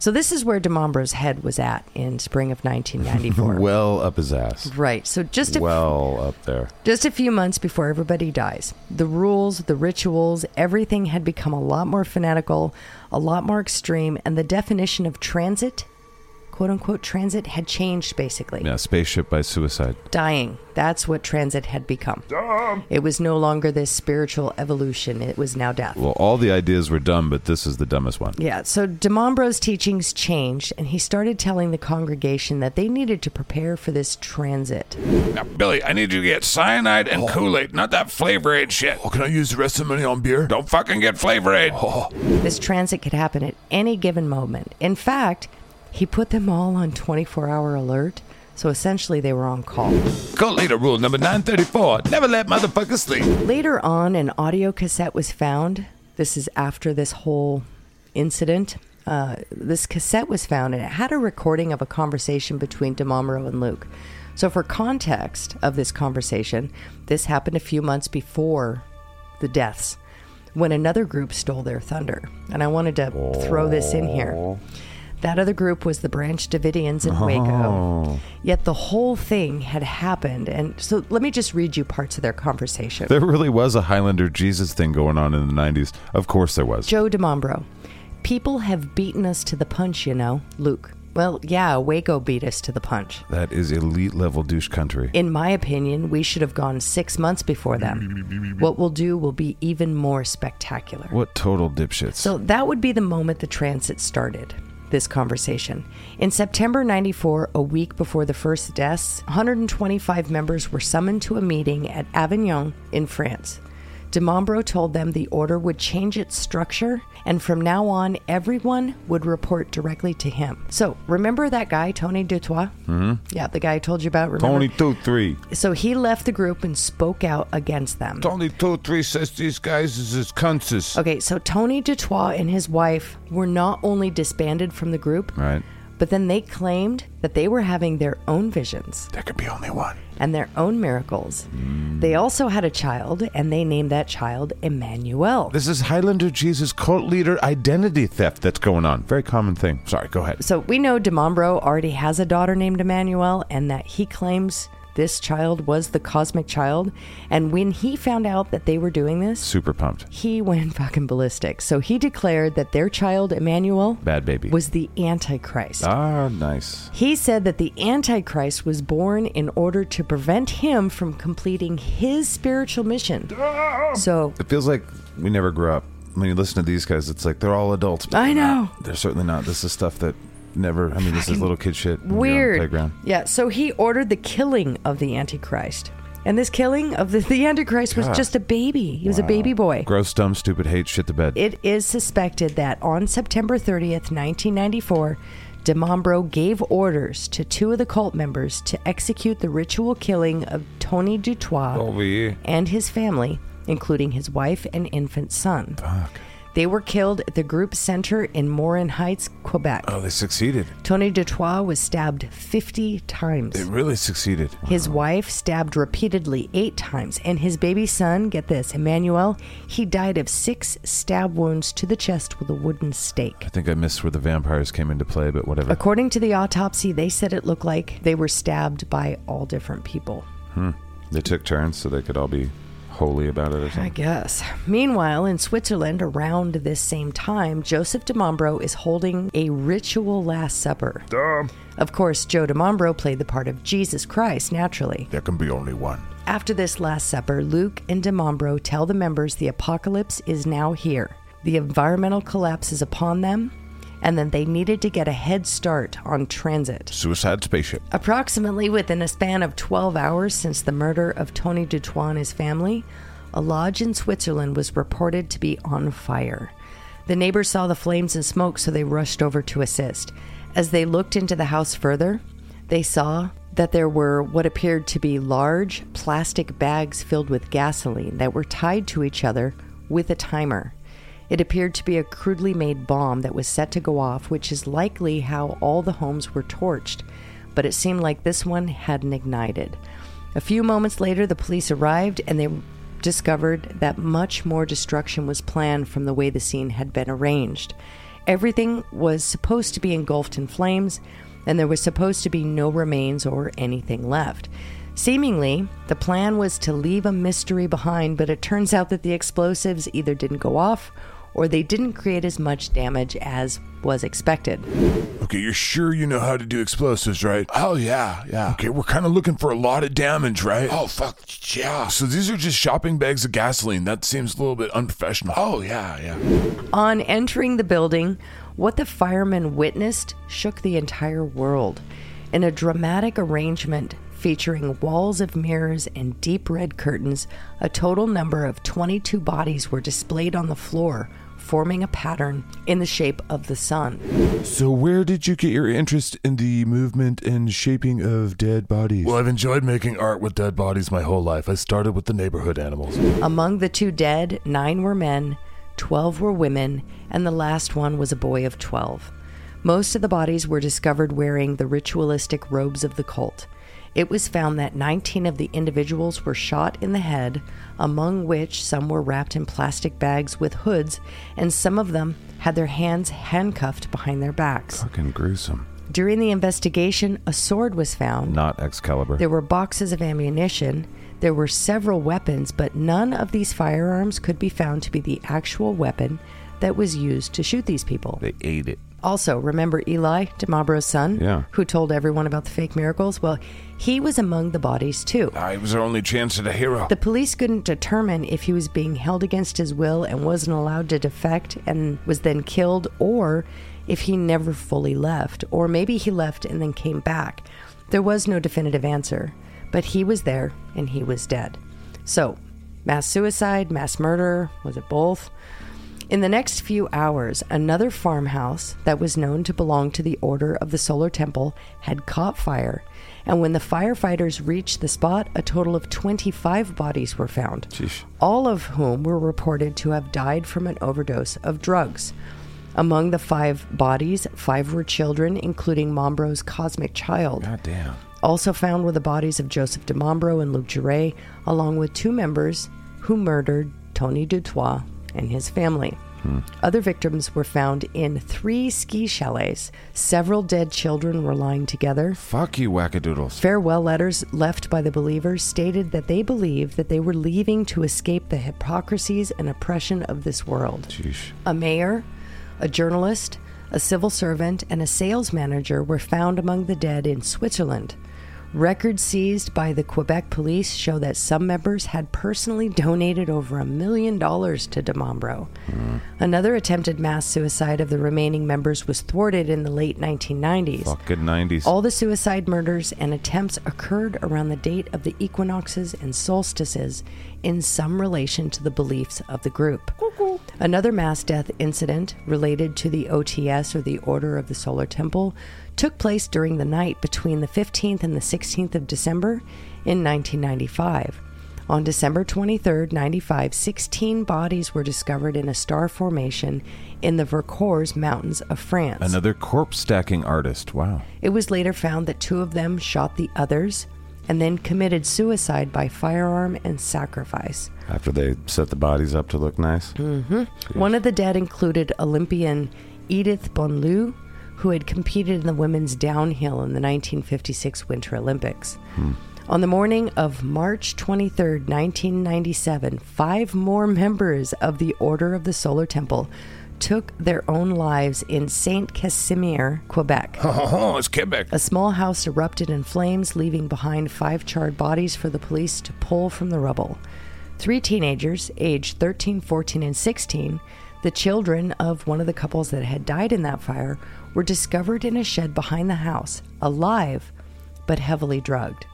So this is where Demambro's head was at in spring of 1994.
Well up his ass.
right. So just a
Well up there.
just a few months before everybody dies, the rules, the rituals, everything had become a lot more fanatical, a lot more extreme, and the definition of transit, quote unquote transit, had changed basically.
Yeah, spaceship by suicide.
Dying. That's what transit had become. It was no longer this spiritual evolution, it was now death.
Well, all the ideas were dumb, but this is the dumbest one.
Yeah, so Demambro's teachings changed, and he started telling the congregation that they needed to prepare for this transit.
Now, Billy, I need you to get cyanide and Kool Aid, not that Flavor Aid shit.
Oh, can I use the rest of the money on beer? Oh.
Don't fucking get Flavor Aid.
This transit could happen at any given moment. In fact, he put them all on 24 hour alert, so essentially they were on call.
Kool Aid rule number 934 never let motherfuckers sleep.
Later on, an audio cassette was found. This is after this whole incident. Uh, this cassette was found, and it had a recording of a conversation between Demamro and Luke. So, for context of this conversation, this happened a few months before the deaths, when another group stole their thunder. And I wanted to throw this in here. That other group was the Branch Davidians in Waco. Yet the whole thing had happened. And so let me just read you parts of their conversation.
There really was a Highlander Jesus thing going on in the 90s. Of course there was.
Joe DeMombro. People have beaten us to the punch, you know. Luke. Well, yeah, Waco beat us to the punch.
That is elite level douche country.
In my opinion, we should have gone six months before them. What we'll do will be even more spectacular.
What total dipshits.
So that would be the moment the transit started. This conversation. In September 94, a week before the first deaths, 125 members were summoned to a meeting at Avignon in France. DeMombro told them the order would change its structure, and from now on, everyone would report directly to him. So, remember that guy, Tony Dutois? Mm-hmm. Yeah, the guy I told you about. Remember?
Tony two three.
So, he left the group and spoke out against them.
Only two, three says these guys is his cunts.
Okay, so Tony Dutois and his wife were not only disbanded from the group,
Right.
but then they claimed that they were having their own visions
There could be only one. Mm.
and their own miracles. They also had a child, and they named that child Emmanuel.
This is Highlander Jesus cult leader identity theft that's going on. Very common thing. Sorry, go ahead.
So we know DeMombro already has a daughter named Emmanuel, and that he claims this child was the cosmic child. And when he found out that they were doing this,
Super pumped.
he went fucking ballistic. So he declared that their child, Emmanuel,
Bad baby.
was the Antichrist.
ah, nice.
He said that the Antichrist was born in order to prevent him from completing his spiritual mission. So,
It feels like we never grew up. When you listen to these guys, it's like they're all adults. but
I
they're
know.
not. They're certainly not. This is stuff that never. I mean, this is little kid shit. when you're on the
weird.
playground.
Yeah, so he ordered the killing of the Antichrist. And this killing of the, the Antichrist was just a baby. He was a baby boy.
Gross, dumb, stupid, hate, shit the bed.
It is suspected that on September 30th, 1994, DeMombro gave orders to two of the cult members to execute the ritual killing of Tony Dutois
Oh,
and his family, including his wife and infant son. They were killed at the group center in Morin Heights, Quebec.
oh, they succeeded.
Tony Dutois was stabbed 50 times.
They really succeeded.
His wife stabbed repeatedly eight times, and his baby son, get this, Emmanuel, he died of six stab wounds to the chest with a wooden stake.
I think I missed where the vampires came into play, but whatever.
According to the autopsy, they said it looked like they were stabbed by all different people.
They took turns so they could all be holy about it or
I
something.
guess. Meanwhile, in Switzerland, around this same time, Joseph DeMombro is holding a ritual Last Supper. Of course, Joe DeMombro played the part of Jesus Christ, naturally.
There can be only one.
After this Last Supper, Luke and DeMombro tell the members the apocalypse is now here. The environmental collapse is upon them, and that they needed to get a head start on transit.
Suicide spaceship.
Approximately within a span of 12 hours since the murder of Tony Dutois and his family, a lodge in Switzerland was reported to be on fire. The neighbors saw the flames and smoke, so they rushed over to assist. As they looked into the house further, they saw that there were what appeared to be large plastic bags filled with gasoline that were tied to each other with a timer. It appeared to be a crudely made bomb that was set to go off, which is likely how all the homes were torched, but it seemed like this one hadn't ignited. A few moments later, the police arrived and they discovered that much more destruction was planned from the way the scene had been arranged. everything was supposed to be engulfed in flames, and there was supposed to be no remains or anything left. Seemingly, the plan was to leave a mystery behind, but it turns out that the explosives either didn't go off or they didn't create as much damage as was expected.
Okay, you're sure you know how to do explosives, right?
Oh, yeah, yeah.
Okay, we're kind of looking for a lot of damage, right?
Oh, fuck, yeah.
So these are just shopping bags of gasoline. That seems a little bit unprofessional.
Oh, yeah, yeah.
On entering the building, what the firemen witnessed shook the entire world. In a dramatic arrangement featuring walls of mirrors and deep red curtains, a total number of 22 bodies were displayed on the floor, forming a pattern in the shape of the sun.
So, where did you get your interest in the movement and shaping of dead bodies?
Well, I've enjoyed making art with dead bodies my whole life. I started with the neighborhood animals.
Among the two dead, nine were men, 12 were women, and the last one was a boy of 12. Most of the bodies were discovered wearing the ritualistic robes of the cult. It was found that 19 of the individuals were shot in the head, among which some were wrapped in plastic bags with hoods, and some of them had their hands handcuffed behind their backs.
Fucking gruesome.
During the investigation, a sword was found.
Not Excalibur.
There were boxes of ammunition. There were several weapons, but none of these firearms could be found to be the actual weapon that was used to shoot these people.
they ate it.
Also, remember Eli, Demabro's son,
Yeah.
who told everyone about the fake miracles? Well, he was among the bodies too.
Ah, it was our only chance at a hero.
The police couldn't determine if he was being held against his will and wasn't allowed to defect and was then killed, or if he never fully left, or maybe he left and then came back. There was no definitive answer, but he was there and he was dead. So, mass suicide, mass murder, was it both? In the next few hours, another farmhouse that was known to belong to the Order of the Solar Temple had caught fire, and when the firefighters reached the spot, a total of 25 bodies were found, all of whom were reported to have died from an overdose of drugs. Among the five bodies, five were children, including Mombro's cosmic child.
God damn.
Also found were the bodies of Joseph DeMombro and Luke Giray, along with two members who murdered Tony Dutois and his family. Other victims were found in three ski chalets. Several dead children were lying together.
Fuck you, wackadoodles.
Farewell letters left by the believers stated that they believed that they were leaving to escape the hypocrisies and oppression of this world
Sheesh.
a mayor, a journalist, a civil servant, and a sales manager were found among the dead in Switzerland. Records seized by the Quebec police show that some members had personally donated over a million dollars to DeMombro. Another attempted mass suicide of the remaining members was thwarted in the late 1990s.
Fucking 90s.
All the suicide murders and attempts occurred around the date of the equinoxes and solstices in some relation to the beliefs of the group. Another mass death incident related to the OTS or the Order of the Solar Temple took place during the night between the 15th and the 16th of December in 1995. On December 23rd, 95, 16 bodies were discovered in a star formation in the Vercors Mountains of France.
Another corpse stacking artist. Wow.
It was later found that two of them shot the others and then committed suicide by firearm and sacrifice.
After they set the bodies up to look nice.
One of the dead included Olympian Edith Bonlieu, who had competed in the women's downhill in the 1956 Winter Olympics. On the morning of March 23, 1997, five more members of the Order of the Solar Temple took their own lives in Saint Casimir, Quebec.
Oh, it's Quebec.
A small house erupted in flames, leaving behind five charred bodies for the police to pull from the rubble. Three teenagers, aged 13, 14, and 16, the children of one of the couples that had died in that fire, were discovered in a shed behind the house, alive but heavily drugged.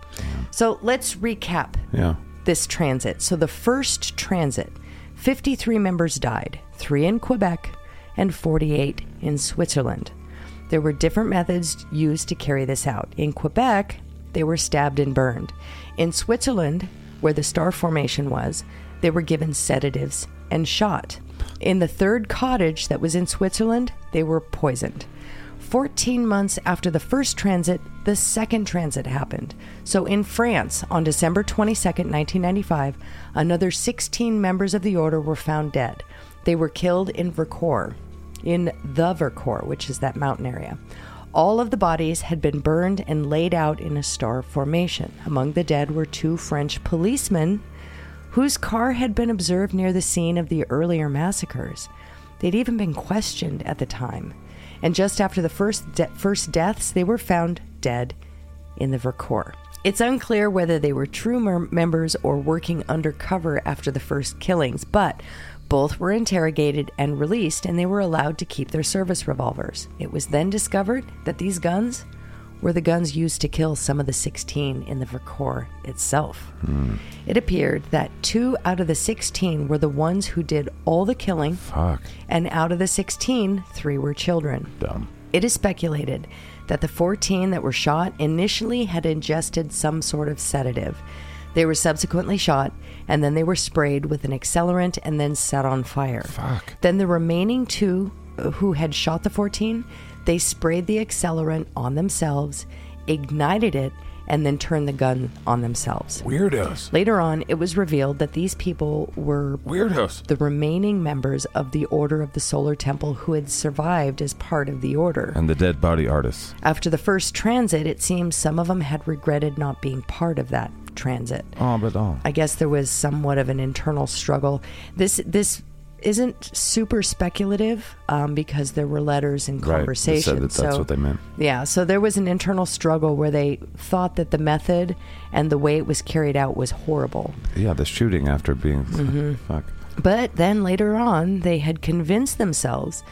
So let's recap
Yeah.
this transit. So the first transit, 53 members died, three in Quebec and 48 in Switzerland. There were different methods used to carry this out. In Quebec, they were stabbed and burned. In Switzerland, where the star formation was, they were given sedatives and shot. In the third cottage that was in Switzerland, they were poisoned. 14 months after the first transit, the second transit happened. So in France, on December 22nd, 1995, another 16 members of the order were found dead. They were killed in Vercors. in the Vercors, which is that mountain area. All of the bodies had been burned and laid out in a star formation. Among the dead were two French policemen whose car had been observed near the scene of the earlier massacres. They'd even been questioned at the time. And just after the first, de- first deaths, they were found dead in the Vercors. It's unclear whether they were true mer- members or working undercover after the first killings, but both were interrogated and released, and they were allowed to keep their service revolvers. It was then discovered that these guns were the guns used to kill some of the 16 in the Vercors itself. It appeared that two out of the 16 were the ones who did all the killing.
Fuck.
And out of the 16, three were children.
Dumb.
It is speculated that the 14 that were shot initially had ingested some sort of sedative. They were subsequently shot, and then they were sprayed with an accelerant and then set on fire. Fuck. Then the remaining two uh, who had shot the 14, they sprayed the accelerant on themselves, ignited it, and then turned the gun on themselves.
Weirdos.
Later on, it was revealed that these people were
Weirdos.
the remaining members of the Order of the Solar Temple who had survived as part of the Order.
And the dead body artists.
After the first transit, it seems some of them had regretted not being part of that transit.
Oh, but oh.
I guess there was somewhat of an internal struggle. This this isn't super speculative um, because there were letters and
Right. They said
conversations.
that that's
so-
what they meant.
Yeah, so there was an internal struggle where they thought that the method and the way it was carried out was horrible.
Yeah, the shooting after being.
Mm-hmm.
Fuck.
But then later on, they had convinced themselves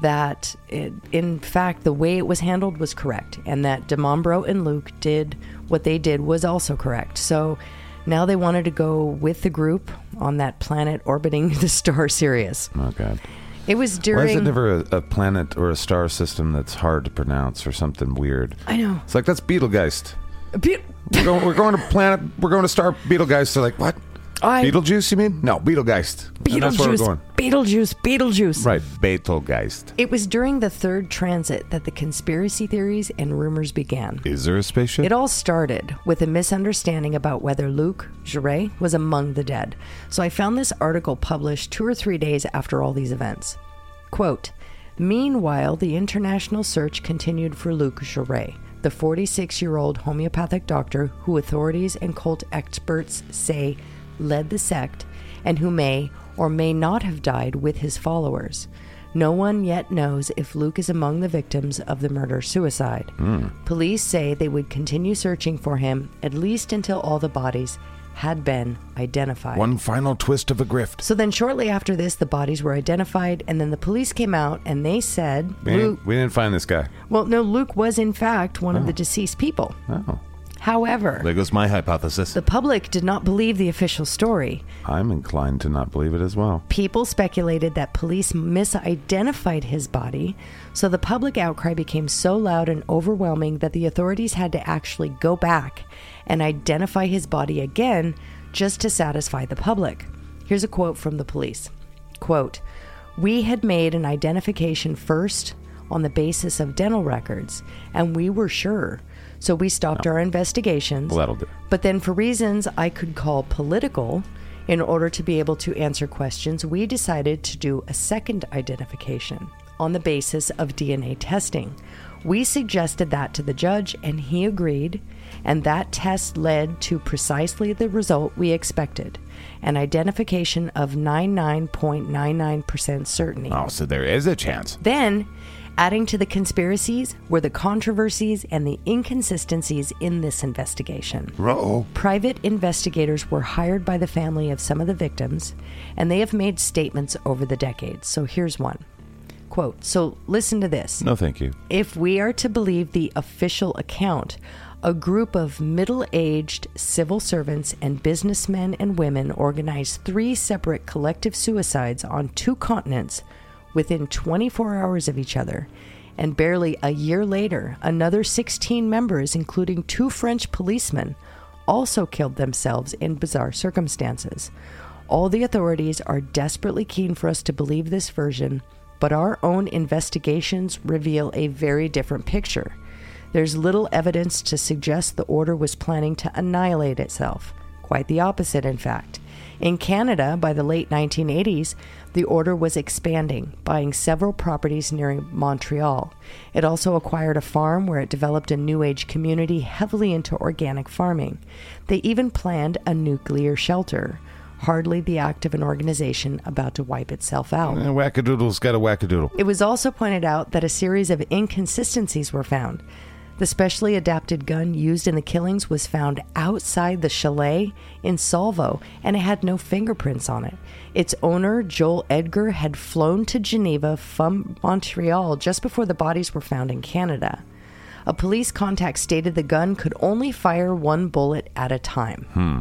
that, it, in fact, the way it was handled was correct, and that Demombro and Luke did what they did was also correct. So now they wanted to go with the group on that planet orbiting the star Sirius.
Oh, God.
It was
Why is
during.
it never a, a planet or a star system that's hard to pronounce or something weird?
I know.
It's like, that's Beetlegeist.
Be-
We're going, we're going to planet. We're going to star Beetlegeist. They're like, what?
I-
Beetlejuice? You mean? No, Beetlegeist. And that's where we're
Beetlejuice,
going.
Beetlejuice, Beetlejuice.
Right, Beetlegeist.
It was during the third transit that the conspiracy theories and rumors began.
Is there a spaceship?
It all started with a misunderstanding about whether Luke Jouret was among the dead. So I found this article published two or three days after all these events. Quote Meanwhile, the international search continued for Luke Jouret, the 46 year old homeopathic doctor who authorities and cult experts say led the sect and who may or may not have died with his followers. No one yet knows if Luke is among the victims of the murder suicide. Police say they would continue searching for him at least until all the bodies had been identified.
One final twist of a grift.
So then, shortly after this, the bodies were identified, and then the police came out and they said,
We
Luke,
didn't, we didn't find this guy.
well, no, Luke was in fact one of the deceased people.
Oh.
However,
There goes my hypothesis.
the public did not believe the official story.
I'm inclined to not believe it as well.
People speculated that police misidentified his body, so the public outcry became so loud and overwhelming that the authorities had to actually go back and identify his body again just to satisfy the public. Here's a quote from the police. Quote, "We had made an identification first on the basis of dental records, and we were sure, so we stopped our investigations."
Well, that'll do.
But then, for reasons I could call political, in order to be able to answer questions, we decided to do a second identification on the basis of DNA testing. We suggested that to the judge, and he agreed, and that test led to precisely the result we expected an identification of 99.99% certainty.
Oh, so there is a chance.
Then, adding to the conspiracies were the controversies and the inconsistencies in this investigation. Private investigators were hired by the family of some of the victims, and they have made statements over the decades. So here's one. Quote, so listen to this.
No, thank you.
If we are to believe the official account, a group of middle aged civil servants and businessmen and women organized three separate collective suicides on two continents within 24 hours of each other. And barely a year later, another 16 members, including two French policemen, also killed themselves in bizarre circumstances. All the authorities are desperately keen for us to believe this version, but our own investigations reveal a very different picture. There's little evidence to suggest the order was planning to annihilate itself. Quite the opposite, in fact. In Canada, by the late 1980s, the order was expanding, buying several properties near Montreal. It also acquired a farm where it developed a new age community heavily into organic farming. They even planned a nuclear shelter, hardly the act of an organization about to wipe itself out.
Eh, wackadoodle's got a wackadoodle.
It was also pointed out that a series of inconsistencies were found. The specially adapted gun used in the killings was found outside the chalet in Salvo, and it had no fingerprints on it. Its owner, Joel Edgar, had flown to Geneva from Montreal just before the bodies were found in Canada. A police contact stated the gun could only fire one bullet at a time.
Hmm.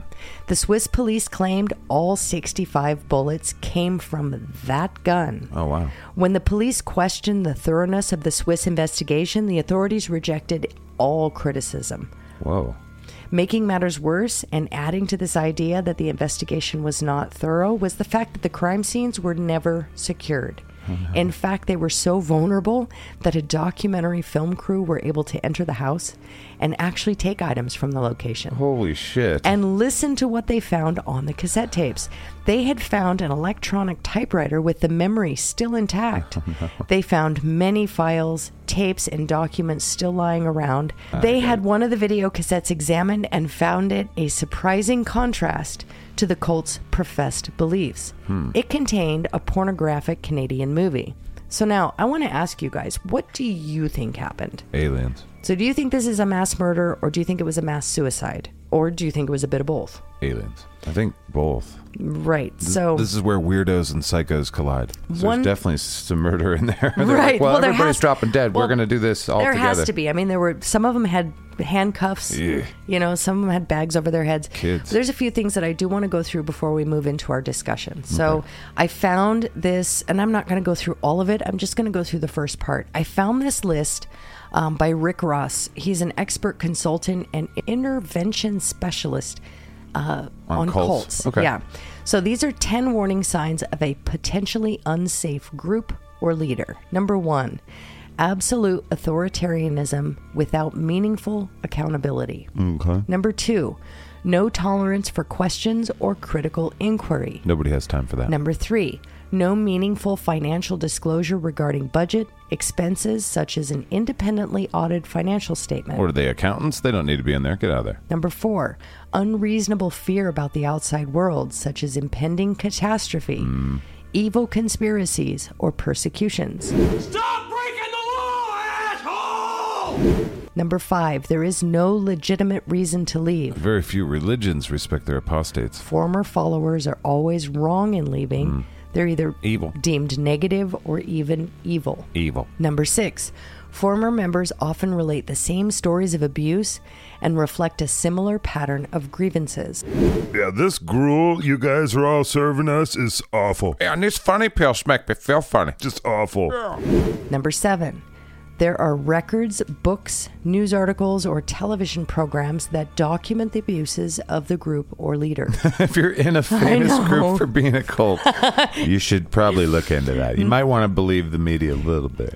The Swiss police claimed all 65 bullets came from that gun.
Oh, wow.
When the police questioned the thoroughness of the Swiss investigation, the authorities rejected all criticism.
Whoa.
Making matters worse and adding to this idea that the investigation was not thorough was the fact that the crime scenes were never secured. In fact, they were so vulnerable that a documentary film crew were able to enter the house and actually take items from the location
Holy shit.
and listen to what they found on the cassette tapes. They had found an electronic typewriter with the memory still intact. They found many files, tapes, and documents still lying around. they had one of the video cassettes examined and found it a surprising contrast to the cult's professed beliefs. It contained a pornographic Canadian movie. So now I want to ask you guys, what do you think happened?
Aliens.
So, do you think this is a mass murder, or do you think it was a mass suicide, or do you think it was a bit of both?
Aliens. I think both.
Right. So,
This is where weirdos and psychos collide. So
One-
There's definitely some murder in there. They're
right.
Like, well,
there
everybody's
has-
dropping dead.
well,
We're going to do this all
there
together.
has to be. I mean, there were some of them had handcuffs. You know, some of them had bags over their heads.
Kids.
There's a few things that I do want to go through before we move into our discussion. So, I found this, and I'm not going to go through all of it. I'm just going to go through the first part. I found this list. Um, by Rick Ross. He's an expert consultant and intervention specialist uh, on, cults.
cults. Okay.
Yeah. So these are 10 warning signs of a potentially unsafe group or leader. Number one, absolute authoritarianism without meaningful accountability. Okay. Number two, no tolerance for questions or critical inquiry.
Nobody has time for that.
Number three, no meaningful financial disclosure regarding budget, expenses, such as an independently audited financial statement.
Or are they accountants? They don't need to be in there. Get out of there.
Number four, unreasonable fear about the outside world, such as impending catastrophe, evil conspiracies, or persecutions.
Stop breaking the law, asshole!
Number five, there is no legitimate reason to leave.
Very few religions respect their apostates.
Former followers are always wrong in leaving. They're either
Evil.
deemed negative or even evil.
Evil.
Number six, former members often relate the same stories of abuse and reflect a similar pattern of grievances.
Yeah, this gruel you guys are all serving us is awful.
And this funny pill smack me feel funny.
Just awful.
Number seven, there are records, books, news articles, or television programs that document the abuses of the group or leader.
if you're in a famous
know.
group for being a cult, you should probably look into that. You
Mm.
might want to believe the media a little bit.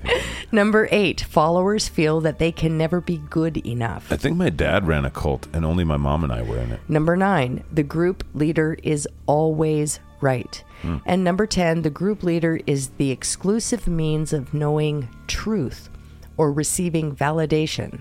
Number eight, followers feel that they can never be good enough.
I think my dad ran a cult, and only my mom and I were in it.
Number nine, the group leader is always right. And number 10, the group leader is the exclusive means of knowing truth or receiving validation.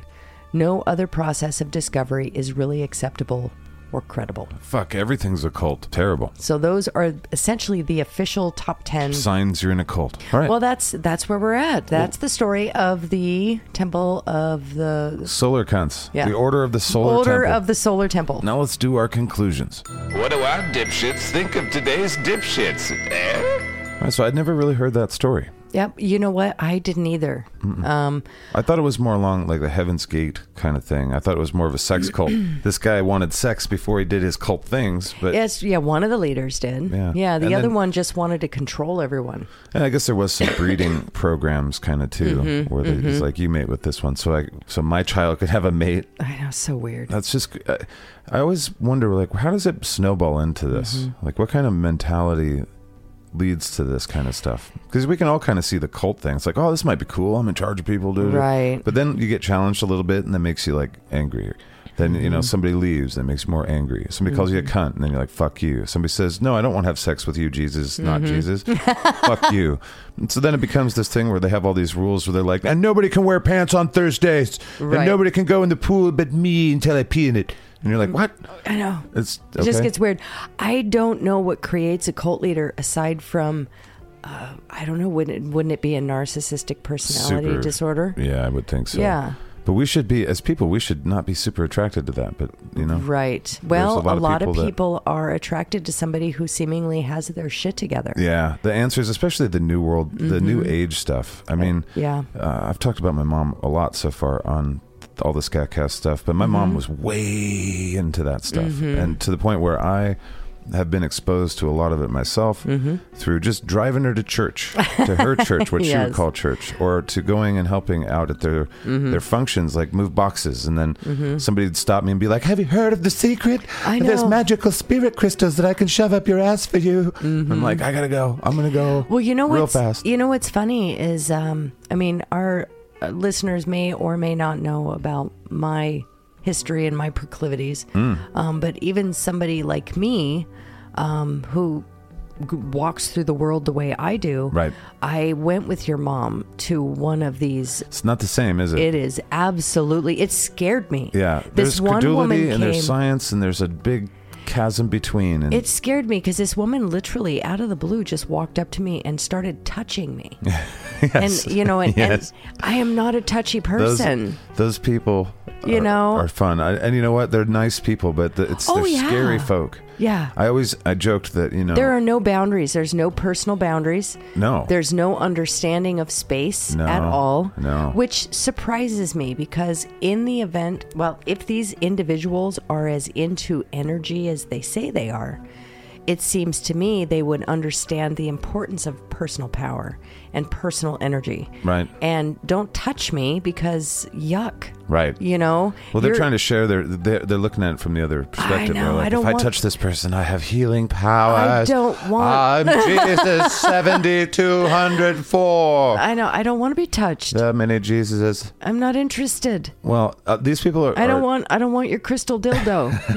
No other process of discovery is really acceptable or credible.
Fuck, everything's a cult. Terrible.
So those are essentially the official top 10.
Signs you're in a cult. All right.
Mm. Well, that's that's where we're at. That's the story of the temple of the
solar cunts.
Yeah.
The order of the solar
order
temple.
of the solar temple.
now let's do our conclusions.
What do our dipshits think of today's dipshits? Eh?
All right, so I'd never really heard that story.
Yep. You know what? I didn't either. Um,
I thought it was more along like the Heaven's Gate kind of thing. I thought it was more of a sex cult. this guy wanted sex before he did his cult things, but
yes. Yeah. One of the leaders did.
Yeah.
the
And
other
then-
one just wanted to control everyone.
and I guess there was some breeding programs kind of too, where they it's like you mate with this one, so I so my child could have a mate.
I know. So weird.
That's just I, I always wonder like how does it snowball into this? Like what kind of mentality leads to this kind of stuff? Because we can all kind of see the cult thing. It's like oh this might be cool. I'm in charge of people, dude.
Right.
But then you get challenged a little bit, and that makes you like angrier. Then you
Mm-hmm.
know somebody leaves, that makes you more angry. Somebody calls you a cunt, and then you're like, "Fuck you." Somebody says, "No, I don't want to have sex with you, Jesus, not
Mm-hmm.
Jesus." Fuck you. And so then it becomes this thing where they have all these rules where they're like, "And nobody can wear pants on Thursdays,
Right.
and nobody can go in the pool but me until I pee in it." And you're like, "What?"
I know.
It's
It just
okay.
gets weird. I don't know what creates a cult leader aside from, uh, I don't know, wouldn't it, wouldn't it be a narcissistic personality
Super-
disorder?
Yeah, I would think so.
Yeah.
But we should be, as people, we should not be super attracted to that. But, you know,
Right. Well,
a lot of
of
people
people,
that-
are attracted to somebody who seemingly has their shit together.
yeah, the answers, especially the new world, the new
Mm-hmm.
age stuff. I mean,
Yeah.
uh, I've talked about my mom a lot so far on th- all the Scatcast stuff, but my
Mm-hmm.
mom was way into that stuff. And to the point where I have been exposed to a lot of it myself
Mm-hmm.
through just driving her to church, to her church, what she would
Yes.
call church, or to going and helping out at their
Mm-hmm.
their functions, like move boxes. And then somebody would stop me and be like, Have you heard of the secret?
I
There's
know.
magical spirit crystals that I can shove up your ass for you. I'm like, I gotta go. I'm gonna go.
Mm-hmm. Well, you know
real
what's
fast.
you know what's funny is um, I mean our uh, listeners may or may not know about my history and my proclivities,
Hmm.
um, but even somebody like me um, who g- walks through the world the way I do,
Right.
I went with your mom to one of these.
It's not the same, is
It is absolutely it scared me.
Yeah,
this
there's
one woman
credulity
came.
and there's science and there's a big chasm between. And
It scared me because this woman literally out of the blue just walked up to me and started touching me.
Yes.
And you know, and,
Yes.
and I am not a touchy
those,
person.
those people,
You
are,
know?
are fun. I, and you know what? They're nice people, but the, it's
Oh,
they're
yeah.
scary folk.
yeah.
I always I joked that you know
there are no boundaries. There's no personal boundaries.
no
There's no understanding of space
No,
at all.
no.
Which surprises me because, in the event, well, if these individuals are as into energy as they say they are, it seems to me they would understand the importance of personal power and personal energy.
Right.
And don't touch me because yuck.
right.
You know?
Well, they're
You're-
trying to share their they're, they're looking at it from the other perspective. They're
know,
like,
I don't
if
want-
I touch this person, I have healing power.
don't
I'm
want-
Jesus seventy two hundred four.
I know. I don't want to be touched.
There are many Jesuses.
I'm not interested.
Well, uh, these people are.
I don't
are-
want. I don't want your crystal dildo.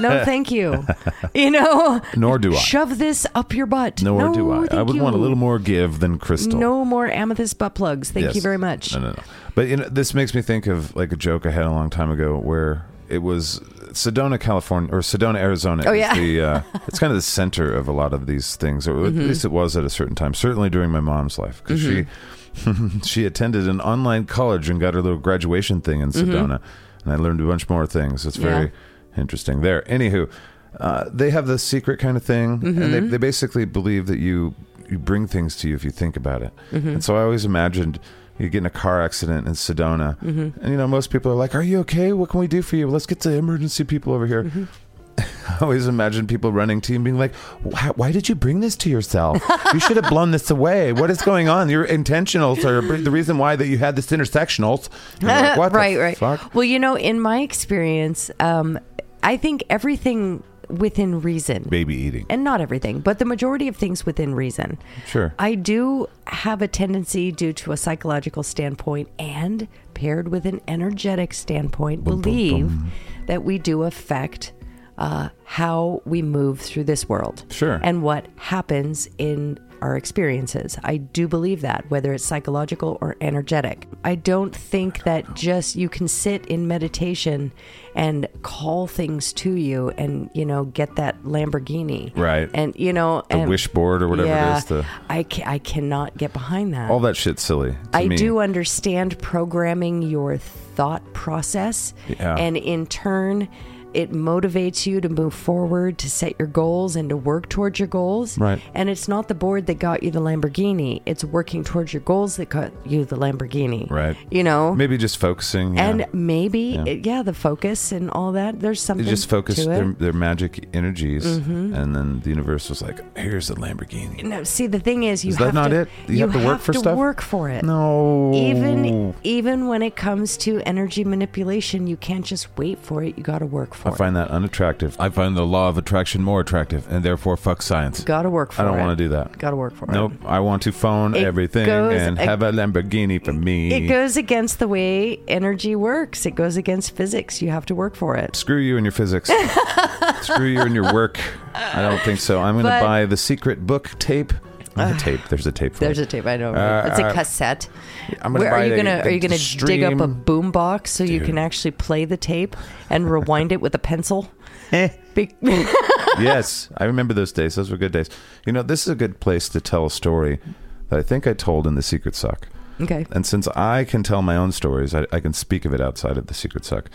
No, thank you. You know.
Nor do I.
Shove this up your butt.
Nor
no,
do I. I
thank
would
you.
want a little more give than crystal.
No more amethyst butt plugs. Thank you
Yes.
very much.
No, no, no. But you know, this makes me think of like a joke I had a long time ago where it was Sedona, California, or Sedona, Arizona.
Oh,
is
yeah.
the, uh, it's kind of the center of a lot of these things, or
Mm-hmm.
at least it was at a certain time. Certainly during my mom's life, because she she attended an online college and got her little graduation thing in Sedona, and I learned a bunch more things. It's very interesting there. Anywho. Uh, they have the secret kind of thing, and they, they basically believe that you you bring things to you if you think about it. And so I always imagined you get in a car accident in Sedona, and you know most people are like, "Are you okay? What can we do for you? Let's get the emergency people over here." I always imagine people running to you and being like, why, why did you bring this to yourself? You should have blown this away. What is going on? Your intentionals are the reason why that you had this intersectionals. And you're like, what the
right, right.
fuck?
Well, you know, in my experience, um, I think everything within reason.
Baby eating.
and not everything, but the majority of things within reason.
Sure.
I do have a tendency, due to a psychological standpoint and paired with an energetic standpoint, believe that we do affect uh, how we move through this world.
Sure.
And what happens in our experiences. I do believe that, whether it's psychological or energetic. I don't think that just you can sit in meditation and call things to you and, you know, get that Lamborghini.
Right.
And, you know,
The
and-
wish board or whatever
yeah,
it is. The,
I, ca- I cannot get behind that.
all that shit's silly. to
I
me.
do understand programming your thought process,
Yeah.
and in turn, it motivates you to move forward, to set your goals, and to work towards your goals.
Right.
And it's not the board that got you the Lamborghini; it's working towards your goals that got you the Lamborghini.
Right.
You know.
Maybe just focusing. yeah.
And maybe,
Yeah.
yeah. the focus and all that. There's
They
something.
just focused
to it. Mm-hmm.
their, their magic energies, and then the universe was like, "Here's the Lamborghini."
No, see, the thing is, you
Is that
have
not
to,
it? You have to work for stuff?
work for it.
No,
even even when it comes to energy manipulation you can't just wait for it you got to work for
I find that unattractive. I find the law of attraction more attractive, and therefore fuck science.
it. Gotta work for
I
it.
don't want to do that.
Gotta work for
Nope. I want to phone
It
everything
goes
and
ag-
have a Lamborghini for
it. It
me.
goes against the way energy works. It goes against physics. You have to work for it.
Screw you and your physics. Screw you and your work. I don't think so. I'm going
But-
to buy the secret book tape. Not a tape. There's a tape. For
There's a
it.
tape. I know.
Uh,
it's a
uh,
cassette.
I'm gonna
Where are
buy
you
the-
gonna
the
are you gonna dig up a
stream.
boom box so you can actually play the tape and rewind it with a pencil?
Eh.
Be-
yes, I remember those days. Those were good days. You know, this is a good place to tell a story that I think I told in the Secret Suck.
okay.
And since I can tell my own stories, I, I can speak of it outside of the Secret Suck.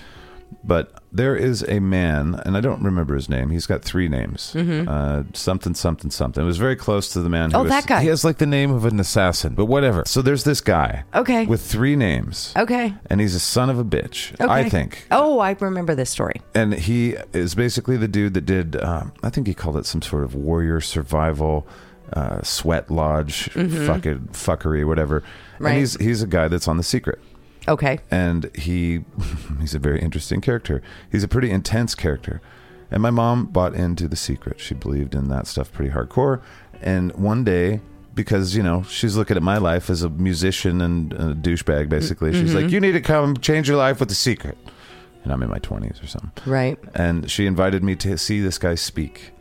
But there is a man, and I don't remember his name. He's got three names. Uh, something, something, something. It was very close to the man. Who
Mm-hmm. Oh,
was-
that guy.
He has like the name of an assassin, but whatever. So there's this guy.
Okay.
Uh, With three names.
Okay.
And he's a son of a bitch.
Okay.
I think.
Oh, I remember this story.
and he is basically the dude that did um, i think he called it some sort of warrior survival uh, sweat lodge fucking fuckery whatever
Mm-hmm. Right.
and he's he's a guy that's on the secret
Okay.
and he he's a very interesting character he's a pretty intense character and my mom bought into the secret she believed in that stuff pretty hardcore and one day because you know she's looking at my life as a musician and a douchebag basically she's
Mm-hmm.
like you need to come change your life with the secret and i'm in my 20s or something
Right.
and she invited me to see this guy speak.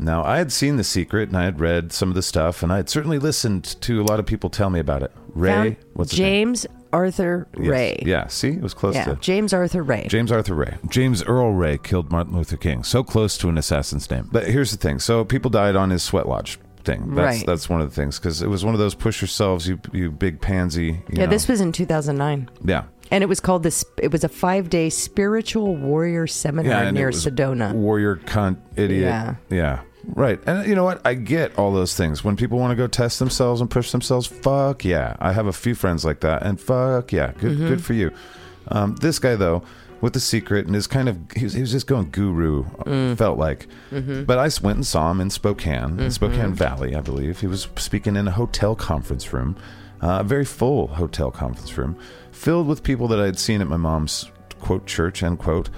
Now, I had seen The Secret and I had read some of the stuff, and I had certainly listened to a lot of people tell me about it. Ray,
Found
what's his name?
James Arthur
Yes.
Ray.
Yeah, see, it was close
Yeah,
to
James Arthur Ray.
James Arthur Ray. James Earl Ray killed Martin Luther King. So close to an assassin's name. But here's the thing. So people died on his sweat lodge thing. That's
Right.
that's one of the things because it was one of those push yourselves, you you big pansy. You
yeah,
know.
this was in 2009.
yeah.
And it was called this. It was a five-day spiritual warrior seminar
and it
near
was
Sedona.
Warrior cunt idiot.
Yeah.
Yeah. Right. And you know what? I get all those things. When people want to go test themselves and push themselves, fuck yeah. I have a few friends like that and fuck yeah. Good good for you. Um, this guy though, with the secret and his kind of he was, he was just going guru uh, felt like. But I s- went and saw him in Spokane, in Spokane Valley, I believe. He was speaking in a hotel conference room. uh, A very full hotel conference room filled with people that I had seen at my mom's quote church end quote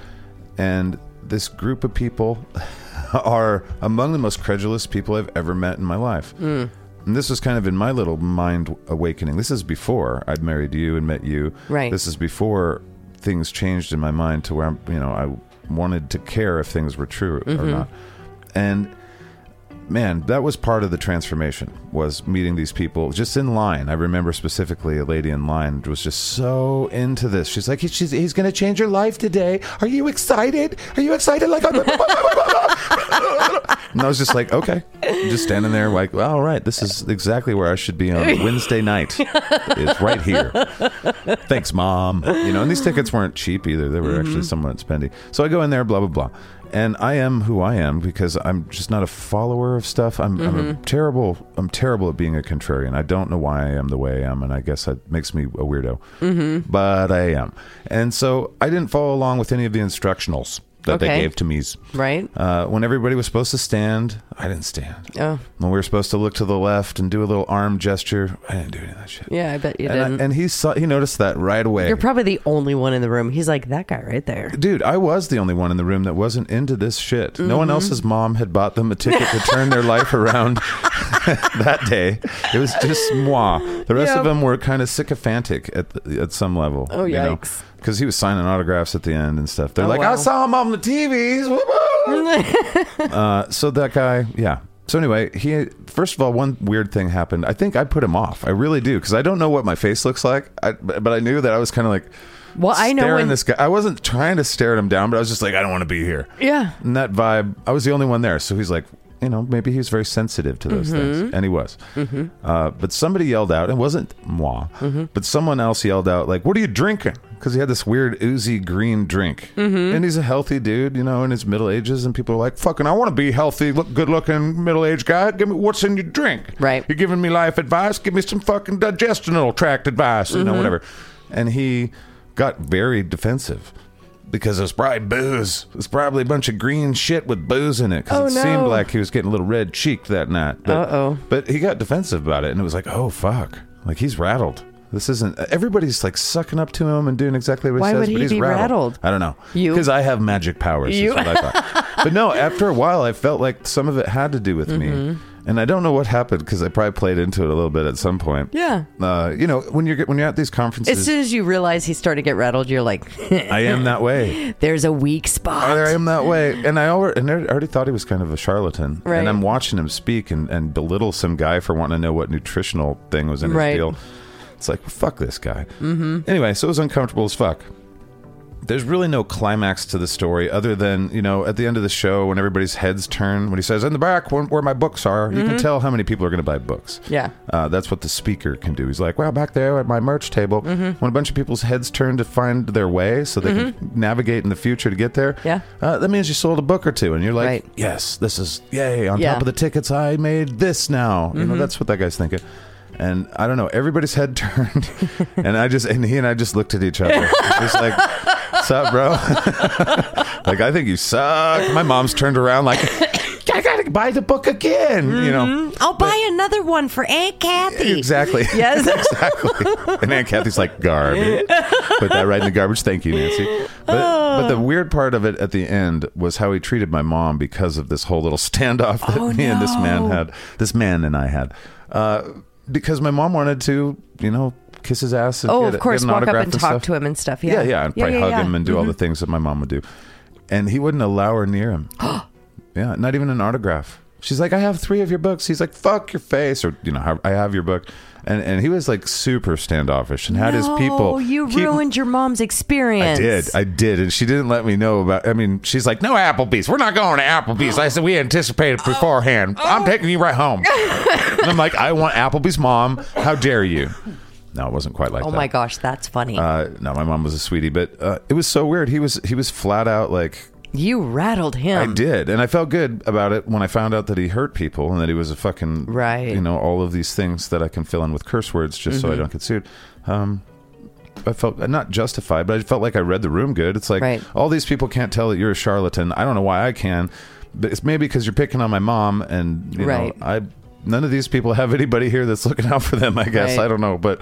and this group of people are among the most credulous people I've ever met in my life. And this was kind of in my little mind awakening. This is before I'd married you and met you.
Right.
This is before things changed in my mind to where I'm, you know I wanted to care if things were true or not. And man, that was part of the transformation was meeting these people just in line. I remember specifically a lady in line was just so into this. She's like, he's, she's- he's going to change your life today. Are you excited? Are you excited? Like, I'm, and I was just like, okay, just standing there like, well, all right, this is exactly where I should be on Wednesday night. It's right here. Thanks, mom. You know, and these tickets weren't cheap either. They were actually somewhat spendy. So I go in there, blah blah blah, and I am who I am because I'm just not a follower of stuff. I'm, I'm a terrible. I'm terrible at being a contrarian. I don't know why I am the way I am, and I guess that makes me a weirdo. Mm-hmm. But I am, and so I didn't follow along with any of the instructionals that
Okay.
they gave to me.
Right.
Uh, when everybody was supposed to stand, I didn't stand.
Oh.
When we were supposed to look to the left and do a little arm gesture, I didn't do any of that shit.
Yeah, I bet you
And, I-
didn't.
and he saw he noticed that right away.
You're probably the only one in the room. He's like that guy right there.
Dude, I was the only one in the room that wasn't into this shit. No
Mm-hmm.
one else's mom had bought them a ticket to turn their life around that day. It was just moi. The rest
Yeah.
of them were kind of sycophantic at the, at some level.
Oh, yikes.
Because he was signing autographs at the end and stuff. They're
Oh,
like,
wow.
I saw him on the TVs. Woo-hoo." Uh, so that guy, yeah. So anyway, he first of all, one weird thing happened. I think I put him off. I really do because I don't know what my face looks like. I, but but I knew that I was kind of like,
Well, I know
staring
when-
this guy. I wasn't trying to stare at him down, but I was just like, I don't want to be here.
Yeah.
And that vibe, I was the only one there. So he's like, you know, maybe he was very sensitive to those
Mm-hmm.
things, and he was. Uh, but somebody yelled out, it wasn't moi,
Mm-hmm.
but someone else yelled out, like, "What are you drinking?" Because he had this weird oozy green drink,
Mm-hmm.
and he's a healthy dude, you know, in his middle ages, and people are like, "Fucking, I want to be healthy, look good looking, middle aged guy. Give me what's in your drink."
Right.
You're giving me life advice. Give me some fucking digestional tract advice,
Mm-hmm.
you know, whatever. And he got very defensive because it was probably booze. It was probably a bunch of green shit with booze in it. Because
Oh,
it
no.
seemed like he was getting a little red cheeked that night. But,
Uh-oh.
But he got defensive about it, and it was like, oh fuck, like he's rattled. This isn't. Everybody's like sucking up to him and doing exactly what
Why
he says,
would
but
he
he's
be rattled?
I don't know.
You-
because I have magic powers.
You-
Is what I thought. but no, after a while, I felt like some of it had to do with me, and I don't know what happened because I probably played into it a little bit at some point.
Yeah.
Uh, you know, when you're when you're at these
As
conferences,
soon as you realize he's starting to get rattled, you're like,
I am that way.
there's a weak spot.
I am that way, and I already, and I already thought he was kind of a charlatan.
Right.
And I'm watching him speak and, and belittle some guy for wanting to know what nutritional thing was in his
Right.
deal. It's like fuck this guy. Mm-hmm. Anyway, so it was uncomfortable as fuck. There's really no climax to the story other than you know at the end of the show when everybody's heads turn when he says in the back where, where my books are you can tell how many people are going to buy books.
Mm-hmm. Yeah.
Uh, that's what the speaker can do. He's like, well, back there at my merch table,
Mm-hmm.
when a bunch of people's heads turn to find their way so they can navigate in the future to get there,
Yeah.
uh, that means you sold a book or two. And you're like,
Right.
yes, this is, yay, on
Yeah. Mm-hmm.
top of the tickets, I made this now. You know, that's what that guy's thinking. And I don't know, everybody's head turned. and I just, and he and I just looked at each other. just like, what's up, bro? like, I think you suck. My mom's turned around like, I gotta buy the book again, you know.
I'll buy another one for Aunt Kathy.
Exactly.
Yes.
exactly. And Aunt Kathy's like, garbage. Put that right in the garbage. Thank you, Nancy. But, but the weird part of it at the end was how he treated my mom because of this whole little standoff that
Oh,
me and this man had, this man and I had. Uh, because my mom wanted to, you know, kiss his ass and
Oh,
get-
of
get
course,
an
walk up
autograph
and talk
stuff.
to him and stuff.
Yeah,
Yeah,
yeah, and probably hug
yeah. Mm-hmm.
him and do all the things that my mom would do. And he wouldn't allow her near him. yeah, not even an autograph. She's like, I have three of your books. He's like, fuck your face, or you know, "Have- I have your book. And and he was like super standoffish and had his
No,
people.
you
keep-
ruined your mom's
I
experience.
did, I did, and she didn't let me know about. I mean, she's like, "No Applebee's, we're not going to Applebee's." I said, "We anticipated beforehand.
Oh.
I'm taking you right home." and I'm like, "I want Applebee's, mom. How dare you?" No, it wasn't quite like
Oh
that.
my gosh, that's funny.
Uh, no, my mom was a sweetie, but uh, it was so weird. He was he was flat out like
you rattled
I
him.
did, and I felt good about it when I found out that he hurt people and that he was a fucking
Right. Mm-hmm.
You know, all of these things that I can fill in with curse words just so I don't get sued. Um, I felt uh, not justified, but I felt like I read the room good. It's like
Right.
all these people can't tell that you're a charlatan. I don't know why I can, but it's maybe because you're picking on my mom, and you
Right.
know, I none of these people have anybody here that's looking out for them. I guess
Right.
I don't know, but.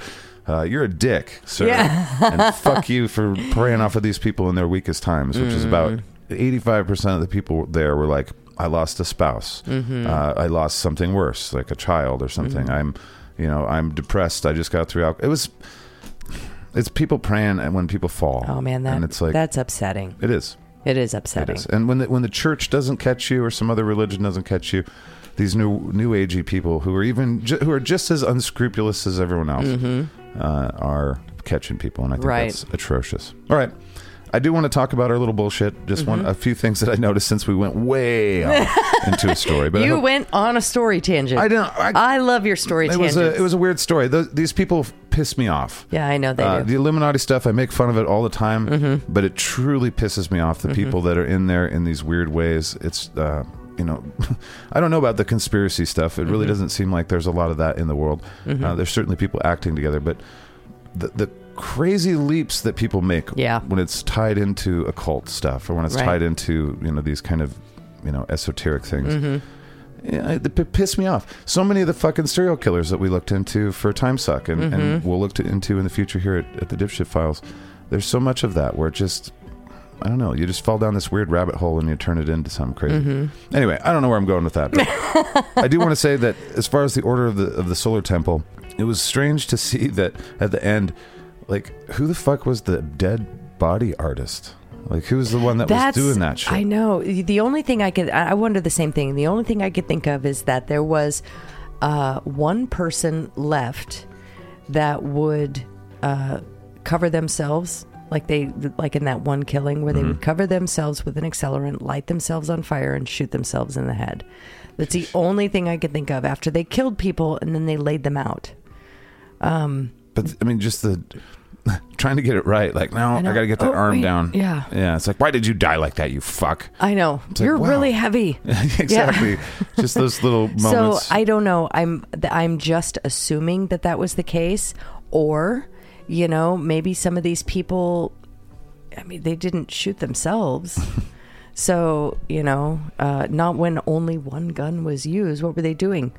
Uh, you're a dick, sir.
Yeah.
and fuck you for preying off of these people in their weakest times, which is
Mm.
about 85% of the people there were like, I lost a spouse.
Mm-hmm.
Uh, I lost something worse, like a child or something. I'm, you know, I'm depressed. I just got through alcohol. It was, it's people praying and when people fall.
Oh man, that,
and it's like,
that's upsetting.
it is.
It is
It
upsetting.
is. And when the, when the church doesn't catch you or some other religion doesn't catch you, these new new agey people who are even ju- who are just as unscrupulous as everyone else uh, are catching people, and I think
Mm-hmm. Right.
that's atrocious. All right. I do want to talk about our little bullshit. Just one,
Mm-hmm.
a few things that I noticed since we went way off into a story. But I
You
hope-
went on a story tangent.
I don't- I-
I, love your story
it
tangents.
was a it was a weird story. Th these people f- piss me off.
yeah, I know they
Uh,
do. Mm-hmm.
the Illuminati stuff, I make fun of it all the time, but it truly pisses me off the people that are in there in these weird ways. It's, uh, you know, I don't know about the conspiracy stuff. It really
Mm-hmm.
doesn't seem like there's a lot of that in the world. Uh, there's certainly people acting together, but the, the crazy leaps that people make
Yeah.
when it's tied into occult stuff or when it's
Right.
tied into, you know, these kind of, you know, esoteric things. Yeah, it p- pissed me off. So many of the fucking serial killers that we looked into for Time Suck and, and we'll look to, into in the future here at, at the Dipshit Files, there's so much of that where it just, I don't know, you just fall down this weird rabbit hole and you turn it into something crazy.
Mm-hmm.
Anyway, I don't know where I'm going with that. But I do want to say that as far as the order of the, of the solar temple, it was strange to see that at the end, like, who the fuck was the dead body artist? Like, who was the one that was doing that shit?
I know. The only thing I could, I I wonder the same thing. The only thing I could think of is that there was uh, one person left that would uh, cover themselves, like they, like in that one killing where they
Mm-hmm.
would cover themselves with an accelerant, light themselves on fire, and shoot themselves in the head. That's the only thing I could think of after they killed people and then they laid them out.
But I mean, just the trying to get it right. Like, no, I,
know.
got to get that
Oh,
arm
wait.
down.
Yeah.
yeah. It's like, why did you die like that? You fuck.
I know
like,
you're
wow.
really heavy.
exactly. Just those little moments.
So I don't know. I'm th- I'm just assuming that that was the case, or you know, maybe some of these people. I mean, they didn't shoot themselves. So you know, uh, not when only one gun was used. What were they doing?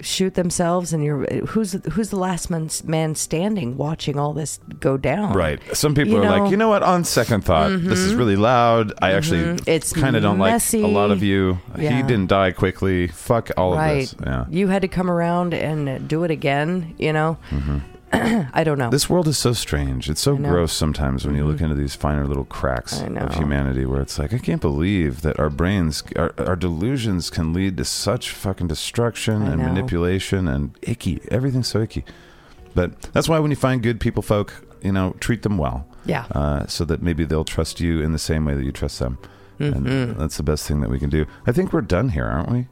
shoot themselves, and you're who's who's the last man, man standing watching all this go down?
Right. Some people
You
are
know- Mm-hmm.
like, you know what? On second thought, this is really loud. I actually
It's
kind of don't
messy.
like a lot of you.
Yeah.
He didn't die quickly. Fuck all
right.
of this. Yeah.
You had to come around and do it again. You know. I don't know.
Mm-hmm. This world is so strange. It's so
know. Mm-hmm.
gross sometimes when you look into these finer little cracks
I know.
of humanity where it's like, I can't believe that our brains, our, our delusions can lead to such fucking destruction
I
and
know.
manipulation and icky. Everything's so icky. But that's why when you find good people folk, you know, treat them well.
Yeah.
Uh, so that maybe they'll trust you in the same way that you trust them.
Mm-hmm.
And that's the best thing that we can do. I think we're done here, aren't we?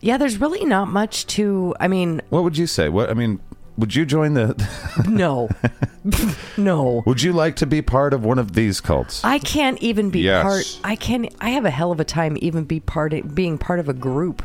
yeah, there's really not much to. I mean,
What would you say? What I mean, would you join the?
no, no.
Would you like to be part of one of these cults?
I can't even be
Yes.
part. I can. I have a hell of a time even be part being part of a group,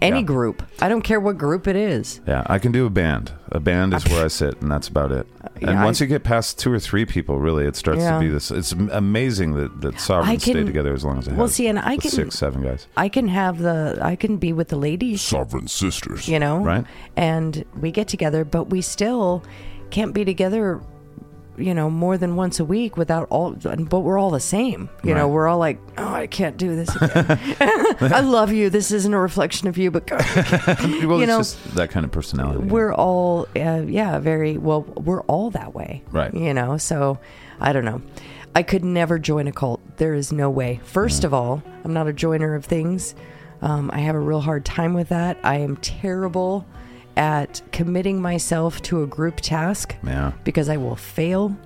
any
Yeah.
group. I don't care what group it is.
Yeah, I can do a band. A band is where I sit, and that's about it.
Uh, yeah,
and
I-
once you get past two or three people, really, it starts
Yeah.
to be this. It's am- amazing that that sovereigns
I
stay
can-
together as long as they
well,
have.
see, and I
with
can-
six, seven guys.
I can have the. I can be with the ladies.
Sovereign sisters.
You know,
Right.
And we get together, but we still can't be together. You know, more than once a week without all, but we're all the same. You know,
Right.
we're all like, oh, I can't do this again. I love you. This isn't a reflection of you, but God, I
Well, it's
know,
just that kind of personality.
we're all uh, yeah very well we're all that way
Right.
you know so i don't know i could never join a cult there is no way first of all i'm not a joiner of things um, i have a real hard time with that i am terrible at committing myself to a group task
Yeah.
because i will fail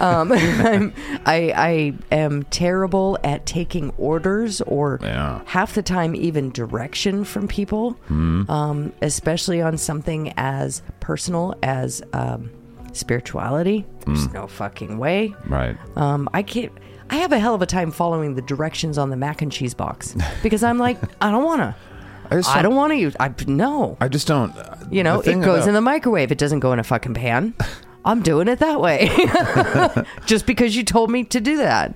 um, I'm, I, I am terrible at taking orders or
Yeah.
half the time even direction from people, um, especially on something as personal as um, spirituality. There's no fucking way.
right.
Um, I can't. I have a hell of a time following the directions on the mac and cheese box because I'm like, I don't want to.
I just
I don't want to use. I no.
I just don't. uh,
You know, it goes in the microwave. It doesn't go in a fucking pan. I'm doing it that way. Just because you told me to do that.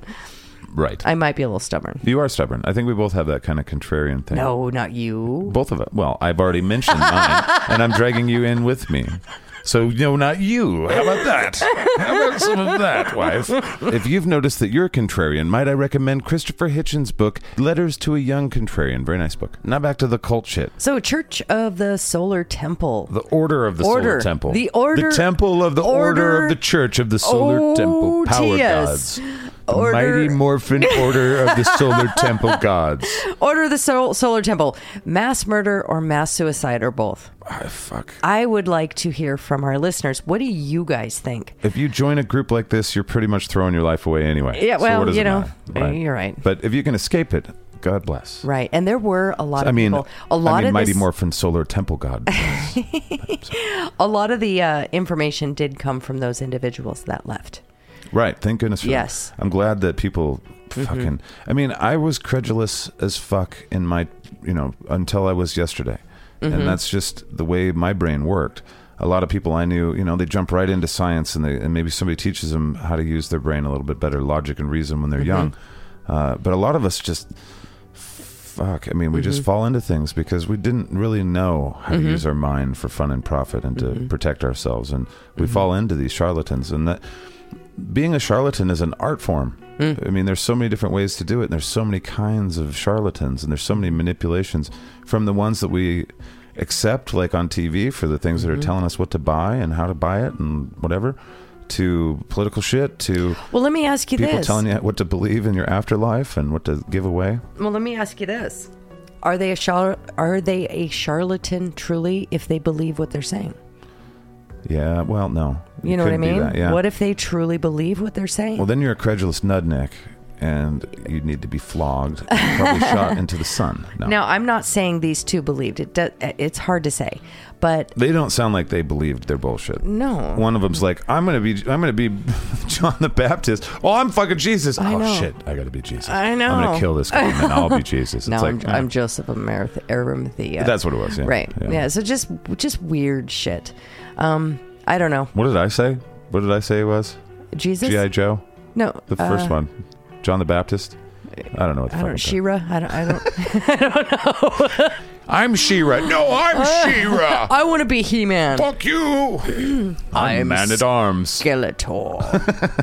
right.
I might be a little stubborn.
you are stubborn. I think we both have that kind of contrarian thing.
No, not you.
Both of us. Well, I've already mentioned mine, and I'm dragging you in with me. So, no, not you. How about that? How about some of that, wife? If you've noticed that you're a contrarian, might I recommend Christopher Hitchens' book, Letters to a Young Contrarian? Very nice book. Now back to the cult shit.
So, Church of the Solar Temple.
The Order of the Solar
Order.
Temple.
The order-
The Temple of the Order,
order-
of the Church of the Solar
Oh,
Temple Power
Tias.
Gods. The
Order-
Mighty Morphin Order of the Solar Temple Gods.
Order of the Sol- Solar Temple. Mass murder or mass suicide or both.
Ah, fuck.
I would like to hear from our listeners. What do you guys think?
if you join a group like this, you're pretty much throwing your life away anyway.
Yeah,
So
well,
what does
you
it
know, eh,
matter,
you're right.
But if you can escape it, God bless.
Right. And there were a lot of
I mean,
people. A lot
I mean,
of
Mighty
this-
Morphin Solar Temple God.
a lot of the uh, information did come from those individuals that left.
right. Thank goodness for that.
Yes.
I'm glad that people fucking. I mean, I was credulous as fuck in my, you know, until I was yesterday. And that's just the way my brain worked. A lot of people I knew, you know, they jump right into science and, they, and maybe somebody teaches them how to use their brain a little bit better, logic and reason when they're young. Uh, but a lot of us just fuck. I mean, we just fall into things because we didn't really know how to use our mind for fun and profit and to protect ourselves. And we fall into these charlatans. And that being a charlatan is an art form.
Mm.
I mean, there's so many different ways to do it. And there's so many kinds of charlatans and there's so many manipulations from the ones that we accept, like on TV, for the things that
Mm-hmm.
are telling us what to buy and how to buy it and whatever. To political shit, to
Well, let me ask you
people
this.
telling you what to believe in your afterlife and what to give away.
Well, let me ask you this: Are they a char- are they a charlatan truly if they believe what they're saying?
Yeah, well, no.
You, know what I
couldn't do
mean?
that, yeah.
What if they truly believe what they're saying?
Well, then you're a credulous nudnik, and you need to be flogged, and probably shot into the sun. No.
now, I'm not saying these two believed. It do- it's hard to say, but
they don't sound like they believed their bullshit.
No.
One of them's like, "I'm gonna be, I'm gonna be John the Baptist." Oh, I'm fucking Jesus.
I
oh
know.
shit, I gotta be Jesus.
I know.
I'm gonna kill this guy, and then I'll be Jesus.
no,
it's like
I'm,
eh.
I'm Joseph of Marith- Arimathea.
That's what it was, yeah.
Right. Yeah.
Yeah.
So just just weird shit. Um, I don't know.
What did I say? What did I say it was?
Jesus.
GI Joe,
no.
the first
uh,
one. John the Baptist. I don't know what the fuck.
I don't
I'm talking-
Shira. I don't. I don't.
I'm Shira. No, I'm Shira.
I want to be He Man.
Fuck you.
I'm
Man at arms.
Skeletor.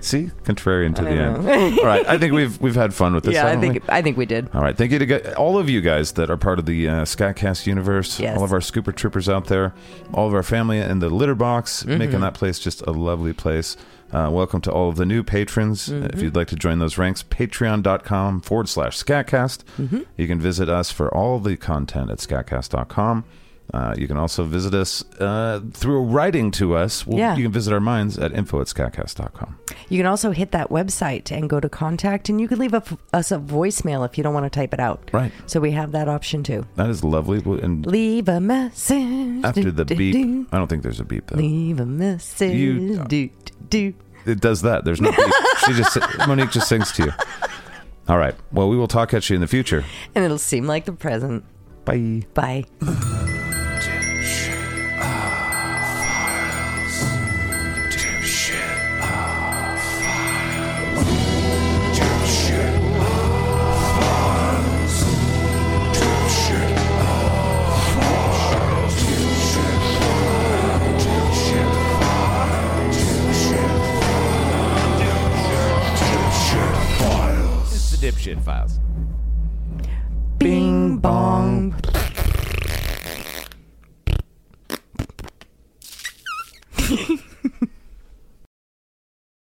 See, contrarian to the end. All right, I think we've we've had fun with this.
yeah, I
haven't we?
think I think we did.
All right. Thank you to gu- all of you guys that are part of the uh, Skycast universe.
Yes.
All of our scooper troopers out there, all of our family in the litter box,
Mm-hmm.
making that place just a lovely place. Uh, welcome to all of the new patrons.
Mm-hmm.
If you'd like to join those ranks, patreon.com forward slash Skycast.
Mm-hmm.
You can visit us for all the content at skycast.com. Uh, you can also visit us uh, through writing to us. Well,
Yeah.
You can visit our minds at info at skycast.com.
You can also hit that website and go to contact, and you can leave a, us a voicemail if you don't want to type it out.
Right.
So we have that option too.
That is lovely. Well, And
Leave a message.
after
Do,
the
do,
beep,
do.
I don't think there's a beep though.
Leave a message.
You-
do, do, do.
it does that. There's no. she just Monique just sings to you. All right. Well, we will talk at you in the future.
And it'll seem like the present.
Bye.
Bye.
It's the dipshit files.